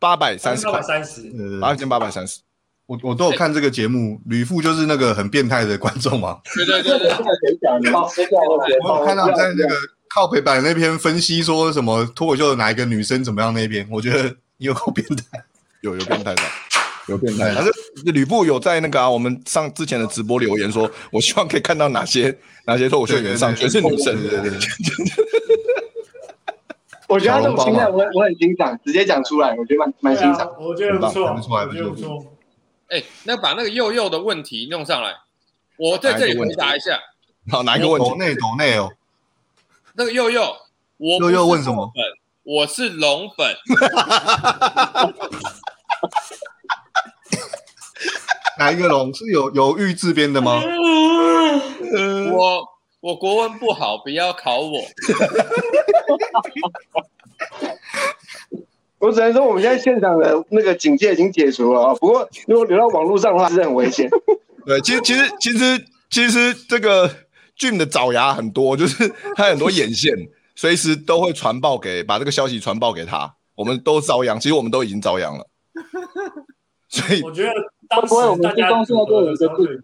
八百三十八块百，三十，八呃，千八百三十。我我都有看这个节目，吕父就是那个很变态的观众啊嘛，对对对对，谁讲的？谁讲的？我有看到在那个靠北版那篇分析说什么脱口秀的哪一个女生怎么样那边，我觉得你有够变哎态。有有变态的，有变态的。嗯但是吕布有哎在那个啊，我们上之前的直播留言说，我希望可以看到哪些哪些脱口秀演员上，全是女生。对对对，我觉得他这种心啊态，我很我很欣赏，直接讲出来，我觉得蛮蛮对欣赏。啊，我觉得不错，很棒我觉得不错。哎，那把那个幼幼的问题弄上来，我在这里回答一下好，哪一个问题抖？内抖内哦，那个幼幼，我不又是又问什么？粉，我是龙粉， *laughs* 哪一个龙是有有玉字边的吗？我我国文不好，不要考我。我只能说，我们现在现场的那个警戒已经解除了啊。不过，如果留到网络上的话，是很危险。对，其实其实其实其实这个 Jim 的爪牙很多，就是他很多眼线，随时都会传报给把这个消息传报给他。我们都遭殃，其实我们都已经遭殃了。所以我觉得当时不会我们大家这公司要做有一个对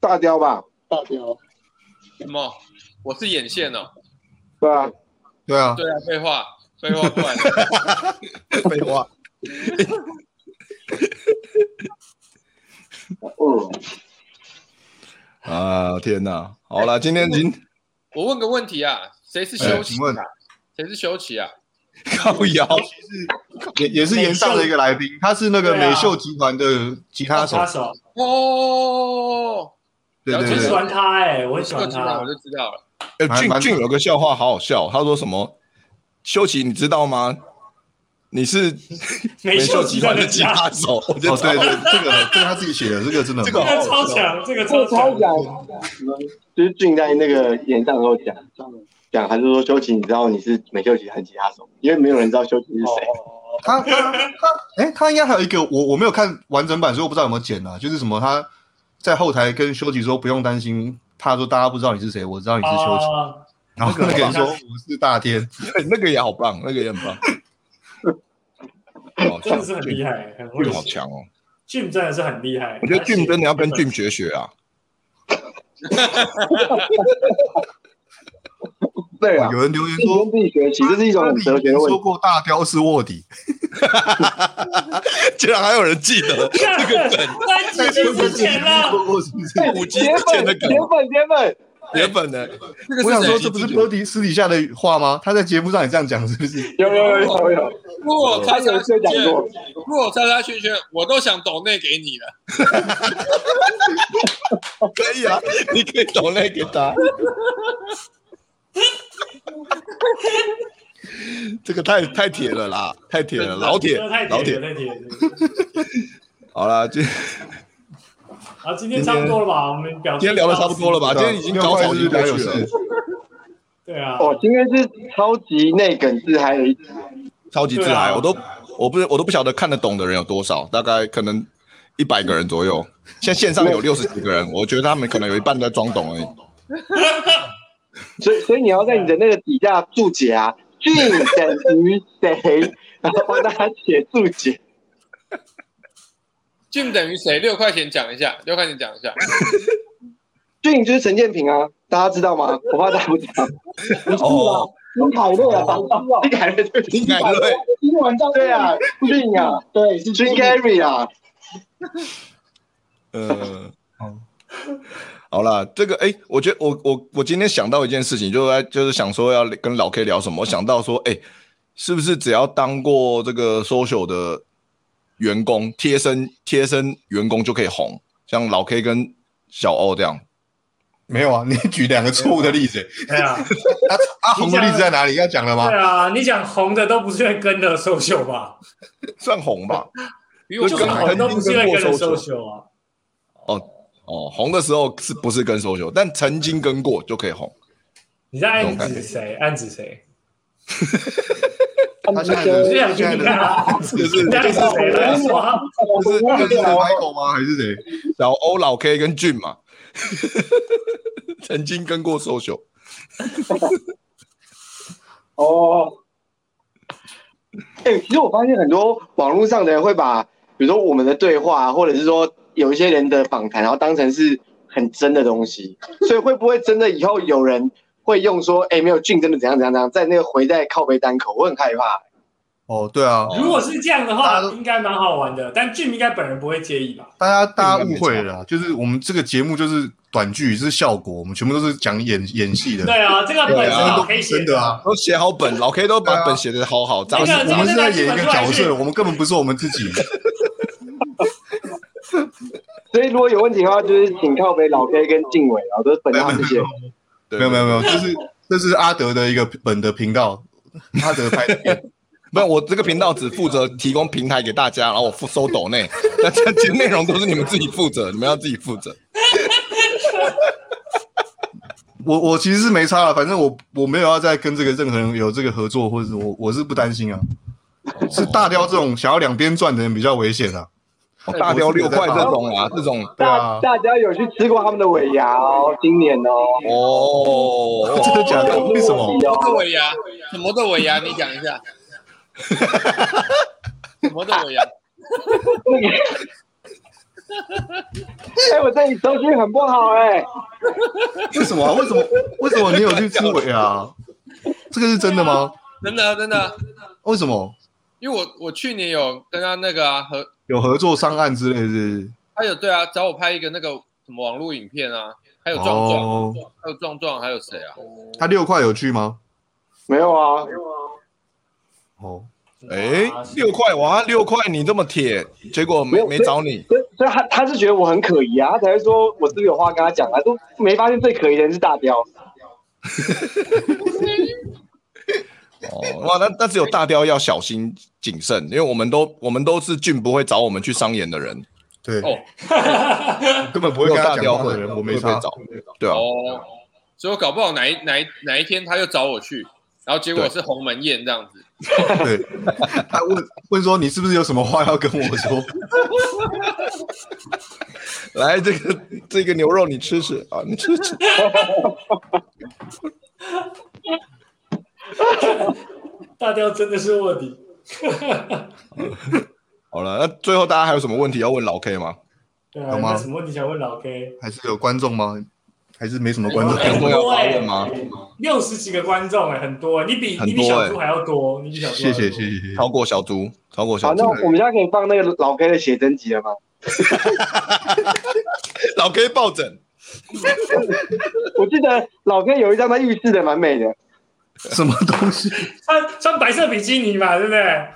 大雕吧，大雕，什么？我是眼线哦。对吧？对啊，对啊，废话，废话不然。*laughs* 废话，嗯，啊天哪！好了，今天已经 *laughs* 我问个问题啊，谁是哎修请齐问啊？谁是修齐啊？靠腰，也也是岩上的一个来宾，他是那个对啊美秀集团的吉他手他，手，哦，对我对很喜对，欢他哎、我很喜啊这欢个知道他。我就知道了。呃蛮俊蛮俊有个笑话好好笑，他说什么？修奇，你知道吗？你是美秀秀集集团团的的吉吉他他手，我觉哦得对对，超这个这个他自己写的，这个真的很这个这棒个超强，这个这超超强。讲，就是俊在那个演唱的时候讲讲，还是说修琴，你知道你是美秀集团吉他手，因为没有人知道修琴是谁。他他他，哎，他应该还有一个，我我没有看完整版，所以我不知道有没有剪啊。就是什么，他在后台跟修吉说不用担心，他说大家不知道你是谁，我知道你是修吉。啊，然后那个人说我是大天，对， *laughs* 那个也好棒，那个也很棒。哦真的是很厉害，很会俊好写。强哦！ Jim 真的是很厉害，我觉得他写俊啊真的 *laughs* 要跟剧本俊学学啊。对啊，有人留言自己说跟自己学习，这是一种哲学的问说题。过大雕是卧底，竟然还有人记得这个梗 *laughs* 三集之前了， *laughs* 说过是不是？五级铁之前粉，的铁梗，粉，铁粉，原本的这个我是想谁说，这不是 Birdy 私底下的话吗？他在节目上也这样讲，是不是？有有有有有，如果我他叉有叉一次圈讲圈，过，如果我叉叉圈圈，我都想抖内给你了。可以啊，你可以抖那给 *laughs* 他。这个太太铁了啦，太铁了，老铁真的太，老铁铁。了，太铁了。好啦，今好，今天差不多了吧？我们表今天聊的差不多了吧？今啊天已经高潮已经六过块是不去是了有，事，对啊，哦，今天是超级内梗字，还有一超级自对嗨，啊我都我不是我都不晓得看得懂的人有多少，大概可能一百个人左右。现在线上有六十几个人，我觉得他们可能有一半在装懂而已。所以所以你要在你的那个底下注解啊，俊等于谁，然后帮大家写注解。俊等于谁？六块钱讲一下，六块钱讲一下。俊就是陈建平啊，大家知道吗？我怕大家不知道。哦，金凯瑞啊，打到你感觉就是应该对，英文叫对啊，俊啊，对，是俊 Gary 啊，嗯，好啦，这个哎、我觉得我我我今天想到一件事情，就是在就是想说要跟老 K 聊什么，我想到说，哎、是不是只要当过这个 social 的员工，贴身贴身员工就可以红，像老 K 跟小欧这样，没有啊，你举两个错误的例子。对啊，阿红的例子在哪里？要讲了吗对？ *laughs* 啊，你讲红的都不是会跟的受秀吧？算红吧？比我就就是跟红都不是会跟的受跟秀啊。哦，红的时候是不是跟 social？但曾经跟过就可以红。你在暗指谁？暗指谁？他现在我的就想现在听听的看啊， *laughs* 就是你在暗指谁来说啊？就是是就是 Michael 吗？还是谁？小欧、老 K 跟俊嘛， *laughs* 曾经跟过 social。哦，哎、其实我发现很多网络上的人会把，比如说我们的对话，或者是说有一些人的访谈，然后当成是很真的东西，所以会不会真的以后有人会用说，哎、没有俊真的怎样怎样怎样，在那个回在靠背单口，我很害怕。哦，对啊，如果是这样的话大家，都应该蛮好玩的。但俊应该本人不会介意吧？大家大家误会了啦，就是我们这个节目就是短剧，是效果，我们全部都是讲演演戏的，对啊，这个对本身啊，老都 K 不写真的啊。都写好本，老 K 都对把啊本写的好好，扎实那个我扎们实是。在演一个角色，我们根本不是我们自己。所以如果有问题的话，就是请靠背老 K 跟静伟，然后都是本没有他没这有些。对没有没有没有，这是这是阿德的一个本的频道，阿德拍的片。没有，我这个频道只负责提供平台给大家，然后我负收抖内，但这些内容都是你们自己负责，你们要自己负责。我我其实是没差了，啊反正我我没有要再跟这个任何人有这个合作，或者是我我是不担心啊。是大雕这种想要两边赚的人比较危险啊。哦大雕六块这种啊，这种对大啊，大家有去吃过他们的尾牙哦，今年哦，哦， *laughs* 真的假的？为什么？什么的尾牙？什么的尾牙？你讲一 *laughs* 下。什么的尾牙？哎、我这里收讯很不好哎、为什么啊？为什么？为什么你有去吃尾啊？这个是真的吗？真的啊真的啊，为什么因为我我去年有跟他那个啊和有合作上岸之类的是不是？他有对啊找我拍一个那个什么网络影片啊，还有壮壮，哦，还有壮壮，还有谁哦啊？他六块有去吗？没有啊，哦，哎，啊六块哇，六块你这么铁，结果没没找你，所以所以他他是觉得我很可疑啊，他才会说我是不是有话跟他讲啊，都没发现最可疑的人是大雕。哦，哇，那那只有大雕要小心谨慎，因为我们都我们都是俊不会找我们去商演的人，对，哦根本不会只有跟他大雕讲话会的人，我会没被差。找，对啊，哦，所以我搞不好哪一哪一哪一天他又找我去，然后结果对是鸿门宴这样子。对，他问问说你是不是有什么话要跟我说？ *laughs* 来这个这个牛肉你吃吃啊，你吃吃。大雕真的是卧底。好了，那最后大家还有什么问题要问老 K 吗？对有啊，吗那什么问题想问老 K？还是有观众吗？还是没什么观众。很很多要多要发发问问吗吗？哎六十几个观众哎、很多、哎你比很多你比小猪还要多，你比小猪还谢要多谢谢谢谢谢。超过小猪，超过好小，那猪。我们现在可以放那个老 K 的写真集了吗？老 K 抱枕，我记得老 K 有一张他浴室的蛮美的，什么东西？穿穿白色比基尼嘛，对不对？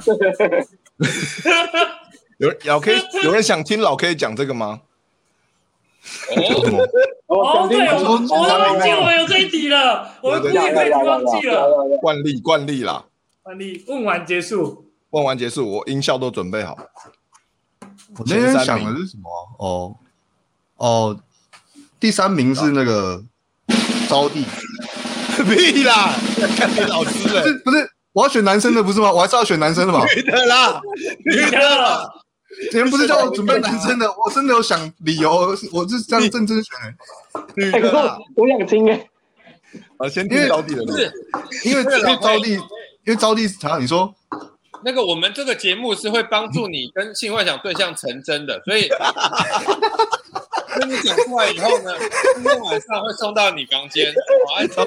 有人老 K 有人想听老 K 讲这个吗？ *laughs* 什么？哦，想听对，我吗我都忘记我啊们有这一题了，我们故意要这要一题要要忘记了。要要惯例惯例啦，你问完结 *laughs* 束，问完结束，我音效都准备好。 *laughs* 我那天想的是什么啊？哦哦，第三名是那个招娣，屁啦， *laughs* 看你老 *laughs* 不师是了，不是，我要选男生的不是吗？我还是要选男生的嘛。女的啦，你看了，你们不是叫我准备男生的？我真的有想理由，我是这样认真选的，女哎，可的是啦我。我想听哎，啊，先听到底的是 *laughs* 啊因为因为招娣，因为招娣啥？你说那个我们这个节目是会帮助你跟性幻想对象成真的，所以跟你讲出来以后呢，今天晚上会送到你房间。好，按照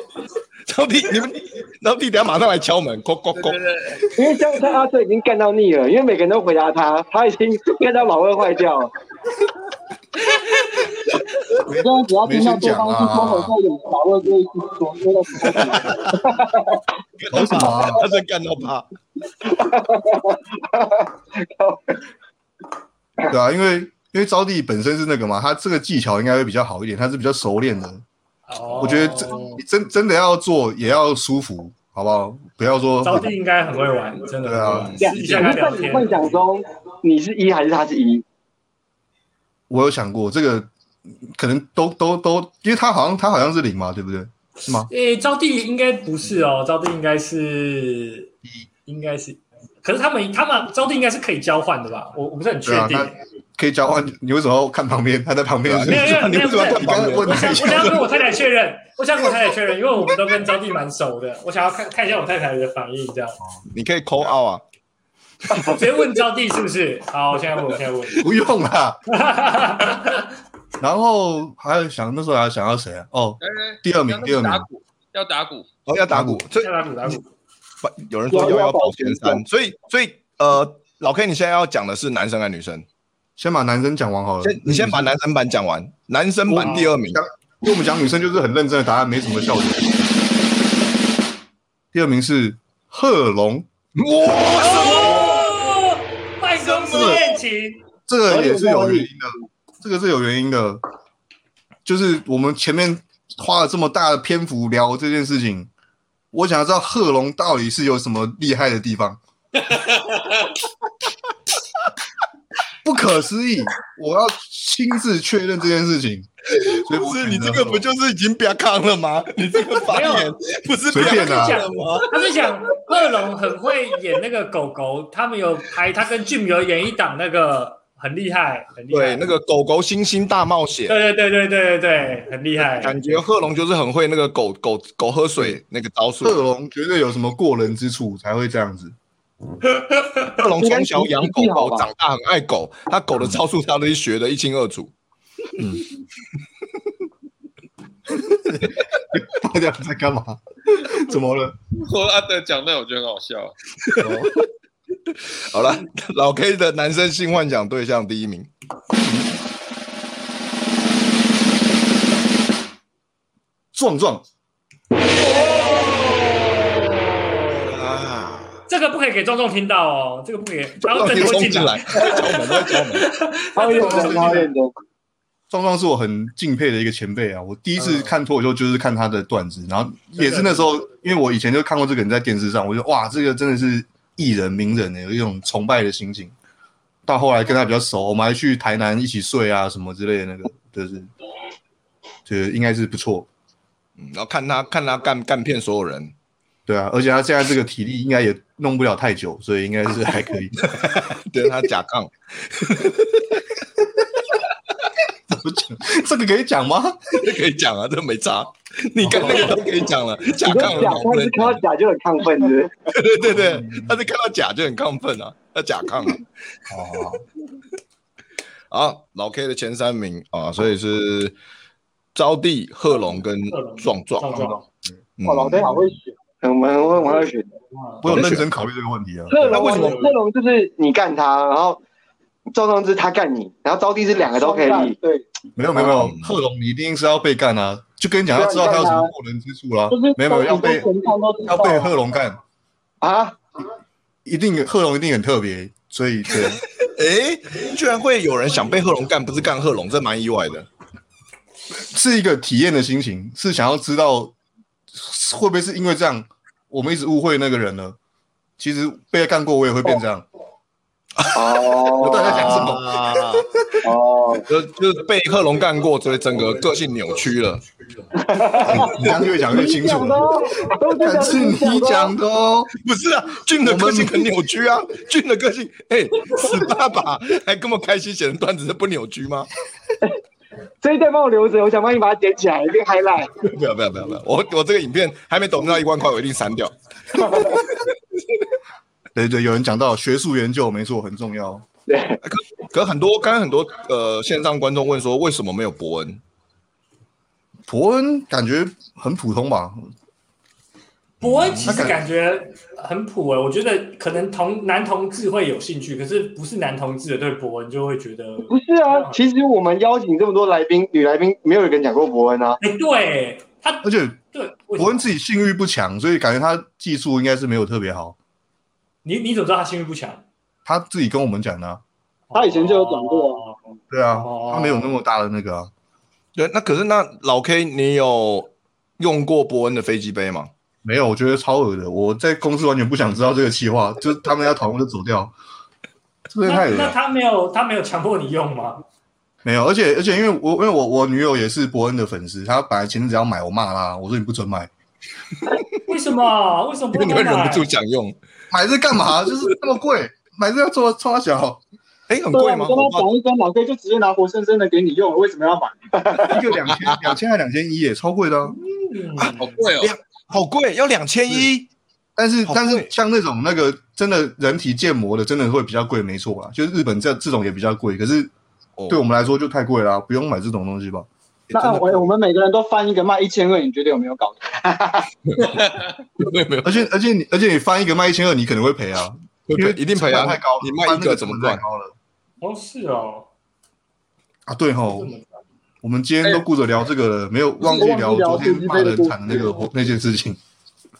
到底你们，到底等下马上来敲门，咕咕对对咕，对，因为像他阿翠已经干到腻了，因为每个人都回答他，他已经干到老二坏掉了。我现在只要听到对方是脱口秀演员，老二就会去说，说到脱口秀搞什么啊？他在干到怕。对啊，因为因为招娣本身是那个嘛，她这个技巧应该会比较好一点，她是比较熟练的。哦我觉得这你真真的要做也要舒服，好不好？不要说招娣应该很会玩，真的很会玩。对啊私底下跟他聊在你天，幻想中，你是一还是他是一？我有想过这个，可能都都都，因为她好像她好像是零嘛，对不对？是吗？诶，招娣应该不是哦，招娣应该是，应该是，可是他们他们招娣应该是可以交换的吧？我我不是很确对啊，定。她可以交换。你为什么要看旁边？她在旁边是不没有没是，有你啊没有为什么要看你刚旁刚边？问我想她一我想要下，跟我太太确认，我想跟我太太确认，因为我们都跟招娣蛮熟的，我想要看看一下我太太的反应，这样。你可以扣 out 啊，我直接问招娣是不是？好，我现在问，我现在问。不用啦。 *laughs* 然后还有想那时候还想要谁啊？哦，来来第二名要那，第二个打名，鼓，要打鼓，哦要打鼓，所以要打鼓打鼓。有人说要要保前三，所以所以呃，老 K 你现在要讲的是男生还是女生？先把男生讲完好了。先你先把男生版讲完，男生版第二名，因为我们讲女生就是很认真的答案，没什么笑点。第二名是贺龙，哇，哦，办公室恋情，这个也是有原因的，这个是有原因的，就是我们前面花了这么大的篇幅聊这件事情，我想要知道贺龙到底是有什么厉害的地方， *laughs* 不可思议，我要亲自确认这件事情。所以我不是选你择这个贺不龙就是已经不要康了吗？你这个发没言有不是随便啊不要看了吗？他是讲贺龙很会演那个狗狗，他们有拍，他跟 Jim 有演一档那个很厉害，很厉害。对，那个狗狗星星大冒险，对对对对对对对，很厉害。感觉贺龙就是很会那个狗狗狗喝水那个招数。贺龙绝对有什么过人之处才会这样子？贺 *laughs* 龙从小养狗应该是脾气好狗，吧长大很爱狗，他狗的招数他都学得一清二楚。 *laughs* 大家在干嘛？怎么了？ *laughs* 哦我阿德讲那我觉得很好笑。好了， *laughs* 老 K 的男生性幻想对象第一名，壮壮，这个不可以给壮壮听到哦，这个不可以。啊然后老郑 K 多冲进进来，来，敲门，在敲门。他会认真，他会认真。壮壮是我很敬佩的一个前辈啊！我第一嗯次看脱口秀就是看他的段子，然后也是那时候，因为我以前就看过这个人在电视上，我就哇，这个真的是艺人名人欸有一种崇拜的心情。到后来跟他比较熟，我们还去台南一起睡啊什么之类的，那个就是觉得应该是不错，嗯然后看他看他干干遍所有人，对啊。而且他现在这个体力应该也弄不了太久，所以应该是还可 *laughs* 以。对他假杠，这个可以讲吗？这可以讲啊，这没差。你刚那个都可以讲了，假你杠说了假嘛，我不他能是看到讲。假就很亢奋，是不是？对对对，他是看到假就很亢奋啊，他假杠啊。哦，啊，老 K 的前三名啊，所以是招娣、贺龙跟贺龙壮壮。壮壮，嗯哇，老天好会选。我们我们会选我有认真考虑这个问题啊。贺那龙，为什么贺龙就是你干他，然后赵仲之他干你，然后招娣是两个都可以立，对，没有没有没有嗯，贺龙你一定是要被干啊！就跟你讲，要知道他有什么过人之处啦就是。没有没有，要从被全场都知道要被贺龙干，啊，一定贺龙一定很特别，所以对，哎，居然会有人想被贺龙干，不是干贺龙，这蛮意外的。是一个体验的心情，是想要知道会不会是因为这样，我们一直误会那个人了。其实被他干过，我也会变这样。哦， *laughs* 我到底在讲什么？啊，哦，就就是被贺龙干过，所以整个个性扭曲了。你这样越讲越清楚了。啊都这但样是子你讲的哦，不是啊，俊的个性很扭曲啊，俊的个性，哎、死爸爸还这么开心写成段子，这不扭曲吗？这一段帮我留着，我想帮你把它捡起来，变 highlight。不要不要不要不要，我我这个影片还没抖到一万块，我一定删掉。对对，有人讲到学术研究，没错，很重要。对，可很多刚刚很多呃线上观众问说，为什么没有伯恩？伯恩感觉很普通吧？伯恩其实感觉很普哎、我觉得可能同男同志会有兴趣，可是不是男同志的对伯恩就会觉得，不是啊，其实我们邀请这么多来宾，女来宾没有人讲过伯恩啊，哎、对他而且对伯伯恩自己性欲不强，所以感觉他技术应该是没有特别好。你你怎么知道他性欲不强？他自己跟我们讲的啊、他以前就有讲过哦，对啊哦，他没有那么大的那个啊。对，那可是那老 K，你有用过伯恩的飞机杯吗？没有，我觉得超恶的。我在公司完全不想知道这个计划， *laughs* 就是他们要讨论就走掉，是不是太那恶那了？他没有他没有强迫你用吗？没有，而且而且因为我因为我我女友也是伯恩的粉丝，她本来前阵子要买，我骂她，我说你不准买，为什么？为什么啊不因为 *laughs* 你能会买？忍不住想用。买这干嘛？就是那么贵，买这要做冲他小，哎、很对贵啊，你吗？跟我不知道他讲一根，老哥就直接拿活生生的给你用了，为什么要买？一个两千两千还两千一耶，超贵的啊、嗯好贵哦哎，呀好贵，要两千一。但是好贵但是像那种那个真的人体建模的，真的会比较贵，没错啦。就是日本这这种也比较贵，可是哦对我们来说就太贵啦、不用买这种东西吧。那哎我我们每个人都翻一个卖一千二，你觉得有没有搞头？没有没有，而且而且你而且你翻一个卖一千二，你可能会赔啊，因为一定赔啊！成本太高了，你卖一翻那个怎么成本赚太？高了哦是哦，啊？对哦这吼，么我们今天都顾着聊这个了，没有忘记聊昨天骂人惨的那 *laughs* 个那件事情。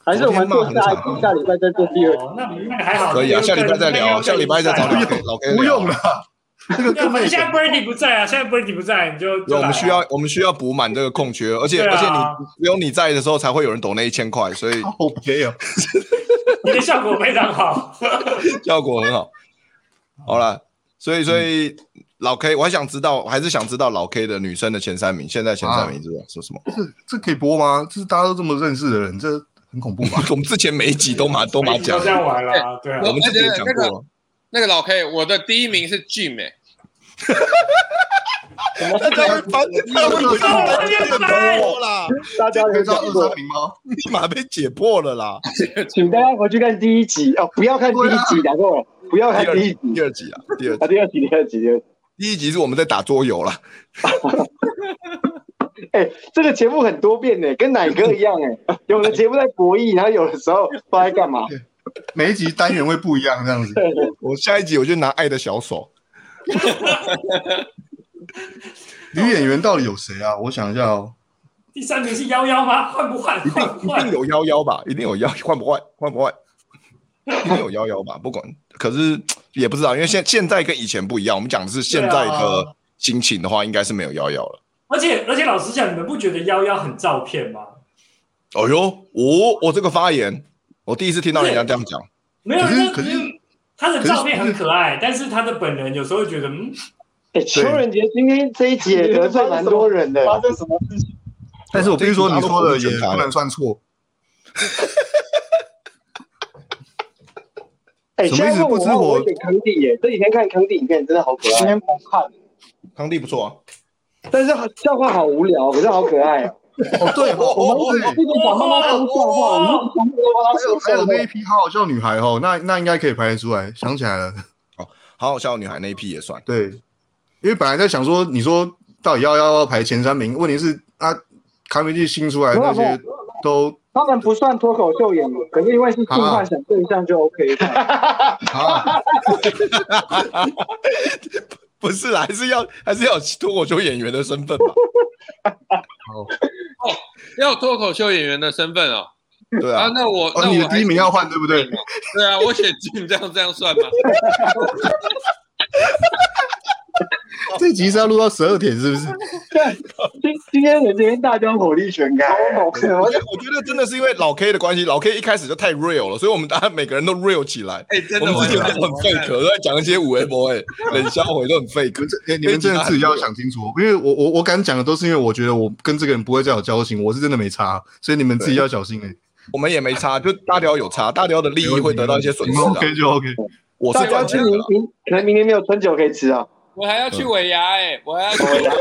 还是我们做下一昨天骂很次，下礼拜再做第二集？哦，那那个还好，可以啊，下礼拜再聊，下礼拜再找老你。 K 老 K 啊不用了。了，这个对，根反本正 *laughs* 现在 Brady 不在啊，现在 Brady 不在，你就对就我来们啊需要我们需要补满这个空缺，而且、对啊而且你只有你在的时候才会有人抖那一千块，所以好赔啊！你的效果非常好。效果很好。 *laughs* 好了，所以所以、老 K，我还想知道，我还是想知道老 K 的女生的前三名，现在前三啊名是吧是什么？？这这可以播吗？这是大家都这么认识的人，这很恐怖吧我们之前每一集都马都马哎你讲都，这样玩了啊，对啊我，们之前也讲过了。那个老 K，我的第一名是 Jim 哎、他会翻，他会不我先翻过啦， *laughs* 大家可有以到讲二过三，名吗？立马被解破了啦。请大家回去看第一集哦，不要看第一集，讲过了，不要看第二第一集，集第二集啊，第二集啊，，第二集，第二集，第二集。第一集是我们在打桌游啦。 *laughs* 哎，这个节目很多变呢，跟奶哥一样哎，有的节目在博弈，然后有的时候不知道在干嘛，每一集单元会不一样，这样子。我下一集我就拿爱的小手，女演员到底有谁啊？我想一下哦，第三名是幺幺吗？换不换？换不一定换？有幺幺吧，一定有幺， *laughs* 换不换？换不换？ *laughs* 一定有幺幺吧，不管。可是也不知道，因为现现在跟以前不一样，我们讲的是现在对的心情的话，应该是没有幺幺了。而且而且，老实讲，你们不觉得幺幺很照片吗？哎呦，我、我这个发言，我第一次听到人家这样讲。没有，可是那可是他的可是照片很可爱，但是他的本人有时候会觉得，嗯，哎，邱仁杰今天这一集也得罪蛮多人的，发生什么事情？但是我必须说，这一你集说的大家都也不能不能算错。哎，什现么意在思问不我知话，我火有点坑弟耶，这几天看坑弟影片真的好可今爱，天不看，康帝不错、啊，但是笑话好无聊，可是好可爱哦。哦，对，我我们我们 *laughs* 对。们不能讲妈妈说笑话，我们不能讲妈妈还有说还有笑那一话。批好好笑女孩哦，那那应该可以排得出来。想起来了，好好笑的女孩那一批也算。 *laughs* 对，因为本来在想说，你说到底要要要排前三名？问题是啊，卡梅利新出来的那没有些都他们不算脱口秀演员，可是因为是性幻想对象就 OK 的。啊，不是啦，还是要还是要有 *laughs* 脱口秀演员的身份吧？要有脱口秀演员的身份哦。对啊啊，，那我哦，那你的我还第一名要换对不对？对啊，我选 Jim 这样这 *laughs* 样算吗？这集是要录到十二点是不是？今今天我今天大家火力全开，我觉得我觉得真的是因为老 K 的关系，老 K 一开始就太 real 了，所以我们大家每个人都 real 起来。哎，真我的们完自己都全 *laughs* 很 fake，都在讲一些五 A 博哎，冷笑话都很 fake。哎、你们真的自己要想清楚哦，因为我我我敢讲的都是因为我觉得我跟这个人不会再有交情，我是真的没差，所以你们自己要小心哎、我们也没差，就大雕有差，大雕的利益会得到一些损你失们啊。 OK 就 OK。我大是这家样去想的明啦。明，可能明天没有春酒可以吃啊。我还要去尾牙哎，我还要去我尾牙。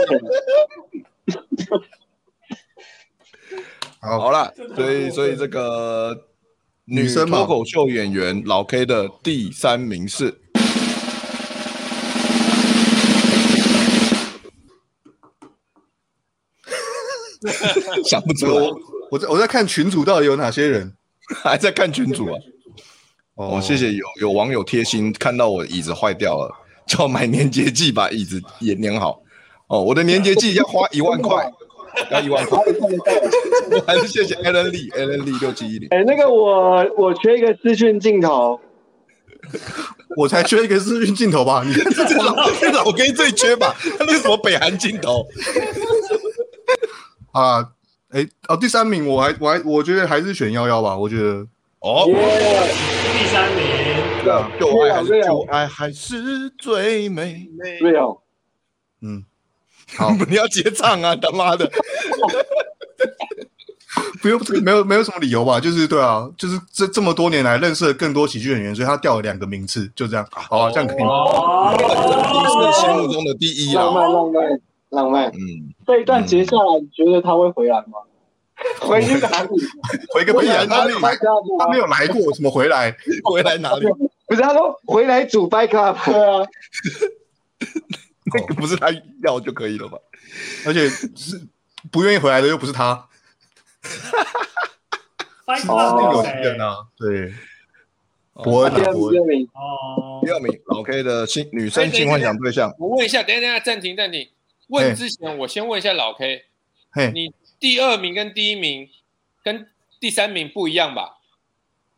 好好啦，所以所以这个女女生嘛脱口秀演员老 K 的第三名是 *laughs* 想不出来，我我在我在看群主到底有哪些人。还在看群主啊。哦哦，谢。谢有有网友贴心，看到我椅子坏掉了，叫买粘结剂把椅子也粘好。哦，我的粘结剂要花一万 *laughs* 块，要一万块。我 *laughs* 还是谢谢 Alan Lee，Alan Lee 六七一零。 *laughs* 哎、那个我我缺一个视讯镜头，我才缺一个视讯镜头吧？你这老这老 K 最缺吧？他那什么北韩镜头？啊，哎、哦，第三名我还我还我觉得还是选幺幺吧，我觉得哦，第三名，旧爱还是旧爱还是最美。 real 嗯，好， *laughs* 你要结账啊！他妈的，不用这个没有没有什么理由吧？就是对啊，就是这这么多年来认识了更多喜剧演员，所以他掉了两个名次，就这样。好、啊，这样可以吗。这哦，是心目中的第一浪啊！漫浪漫。浪漫。嗯，这一段截下来，你觉得他会回来吗？回去哪里？回个屁啊！他没有大来，家不他没有来过，怎么回来？回来哪里？不是，他说回来煮 back up。对啊，那 *laughs* 个不是他要就可以了吧？而且是不愿意回来的又不是他，翻是哦有到情谁人？啊。对，伯恩第啊，二伯恩名，第，二名，哦第，二名老 K 的新女生性幻想对象，我问一下，等一下等一下，暂停暂停。问之前，我先问一下老 K，嘿，你第二名跟第一名跟第三名不一样吧？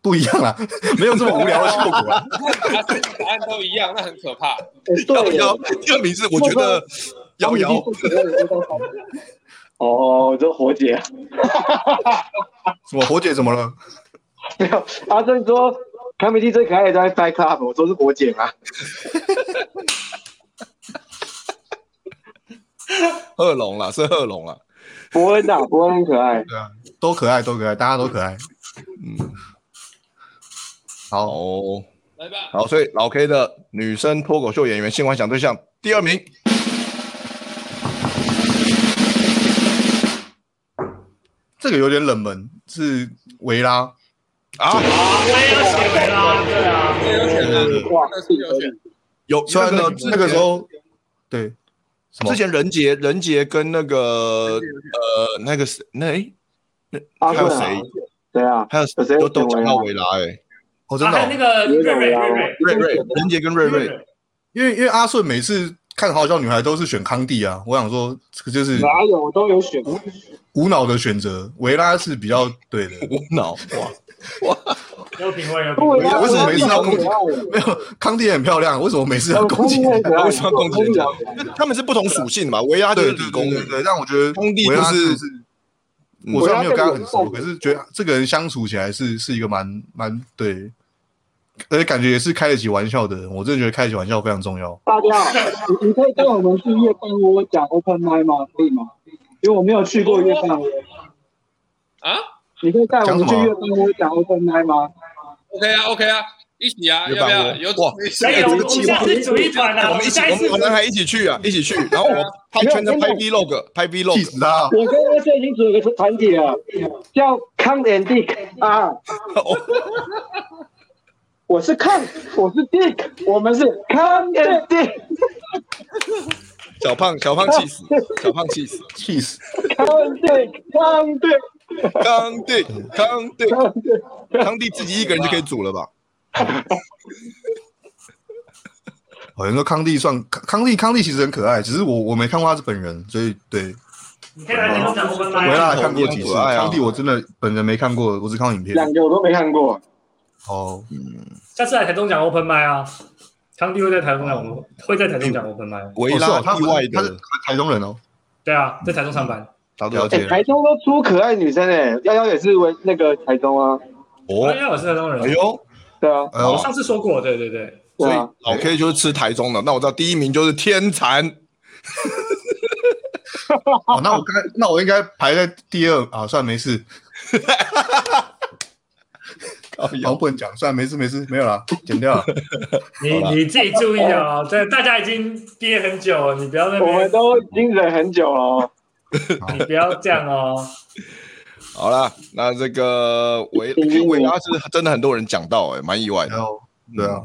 不一样啦， *laughs* 没有这么无聊的效果啊。如果答三个答案都一样，那很可怕。哎要对耶，要第二名是我觉得瑶瑶，哦，这火姐啊，什么？侯姐怎么了？没有，阿正说卡米蒂最可爱的都在 back up，我说是火姐吗？贺龙啦，是贺龙啦。伯恩啊，伯恩很可爱。对啊，都可爱，都可爱，大家都可爱。嗯，好，哦，来吧，好，所以老 K 的女生脱口秀演员性幻想对象第二名，这个有点冷门，是维拉。啊，还有谁来啦？对啊，这有选啊，对哇，这是有选。有虽然呢，那个时候，对，什么之前任杰任杰跟那个呃那个谁那诶阿还有正啊谁，对啊，还有有谁都都讲到我维拉哎，哦，真啊的还有哦、那个瑞瑞瑞啊瑞瑞瑞任杰跟瑞瑞瑞，瑞，因为因为阿顺每次看好笑女孩都是选康帝啊，我想说这个就是哪有都有选，无脑的选择，维拉是比较对的。无脑哇，有品味有品对味。啊为什么每次要我觉得他很可爱耶没有，康帝也很漂亮，为什么每次要我攻攻击击？很可爱，为什么要攻击人家我攻击人家他们是不同属性的嘛，维拉就对是理对工对的对，，对但我觉得康帝维拉就是是嗯我虽然没有跟他很熟，维拉跟我可是觉得这个人相处起来是是一个蛮蛮对，而且感觉也是开得起玩笑的人。我真的觉得开得起玩笑非常重要。大家，你你可以带我们去夜半窝讲 open m i 吗？可以吗？因为我没有去过夜半窝，啊你可以带我讲们去什么夜半窝讲 open m i 吗？ ，OK 啊 OK 啊，一起啊，约要不伴要？我有哇哎哎呀，我这们个计下划次组一团啊，我我们们一起，下一次我们男孩一起去啊，一起去，*laughs* 然后我拍全程拍 vlog，拍气 vlog，死他！我跟那些已经组了个团体了，叫 Count and Dick 啊，我是看，我是 Dick，我们是看 and Dick， *laughs* 小胖小胖气死，小胖 *laughs* 气死，气死！康队，康队，康帝康帝康队，康帝自己一个人就可以煮了吧？好哦像说康帝算康康帝，康帝其实很可爱，只是我我没看过他是本人，所以对你可以来听我讲 open 哎我 mic 大啊。概看过几次。可爱啊康帝我真的本人没看过，我只看过影片。两个我都没看过。哦，下次来台中讲 open mic 啊，康帝会在台中讲，我会在台中讲 open mic。维哦是哦他拉意不外是他是的台中人哦，对啊，在台中上班。答对了哎、解了台中都出可爱女生哎、幺幺也是为那个台中啊，因哦，为我是台中人哦哎，呦，对啊，哎我呦，上次说过，对对对，对所以啊，老 K 就是吃台中的，那我知道第一名就是天蚕，哦那我该那我应该排在第二啊，算了没事，哦好像不能讲，算了没事没事，没有啦，剪掉了。你你自己注意哦。对，大家已经憋很久了，你不要在那我们边，都已经忍很久了哦。你不要这样哦。好啦，那这个维第一名维拉是真的很多人讲到，哎，蛮意外的然。后 *laughs* 对啊，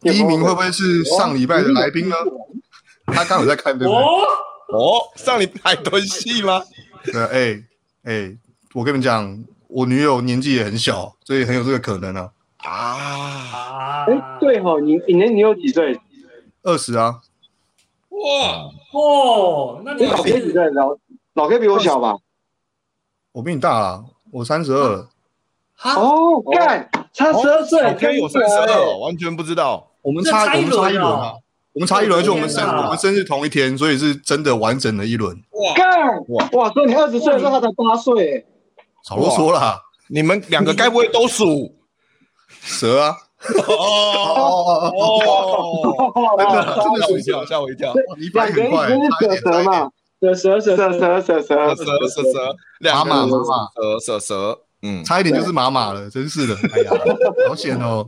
第一名会不会是上礼拜的来宾呢？他刚好在看对不对？哦，哦，上礼拜蹲戏吗？对，哎、哎、我跟你们讲，我女友年纪也很小，所以很有这个可能啊。啊，啊哎、，对哦，你你你有几岁？二十啊，哇，哦，那你你哎老 K 几是岁？老老 K 比我小吧？我比你大啦，我三十二。啊，哦，干，差十二岁，老 K 有三十真的二，哎完全不知道。我们这差差我一们差一轮轮啊哦，我们差一轮，而且我们生天哪我们生日同一天，所以是真的完整的一轮。干哇哇！所以你二十岁的时候他才八岁，少啰嗦啦，你们两个该不会都属？蛇啊！哦哦哦哦，哦， *laughs* 真哎，的真的吓我属一跳，蛇，吓我一跳。你两反个应很人快，一差一直是点，蛇差蛇一点嘛，，蛇蛇蛇蛇蛇蛇蛇蛇蛇蛇蛇，两个人都是蛇蛇蛇，嗯，差一点就是马马了，真是的，哎呀，好险哦！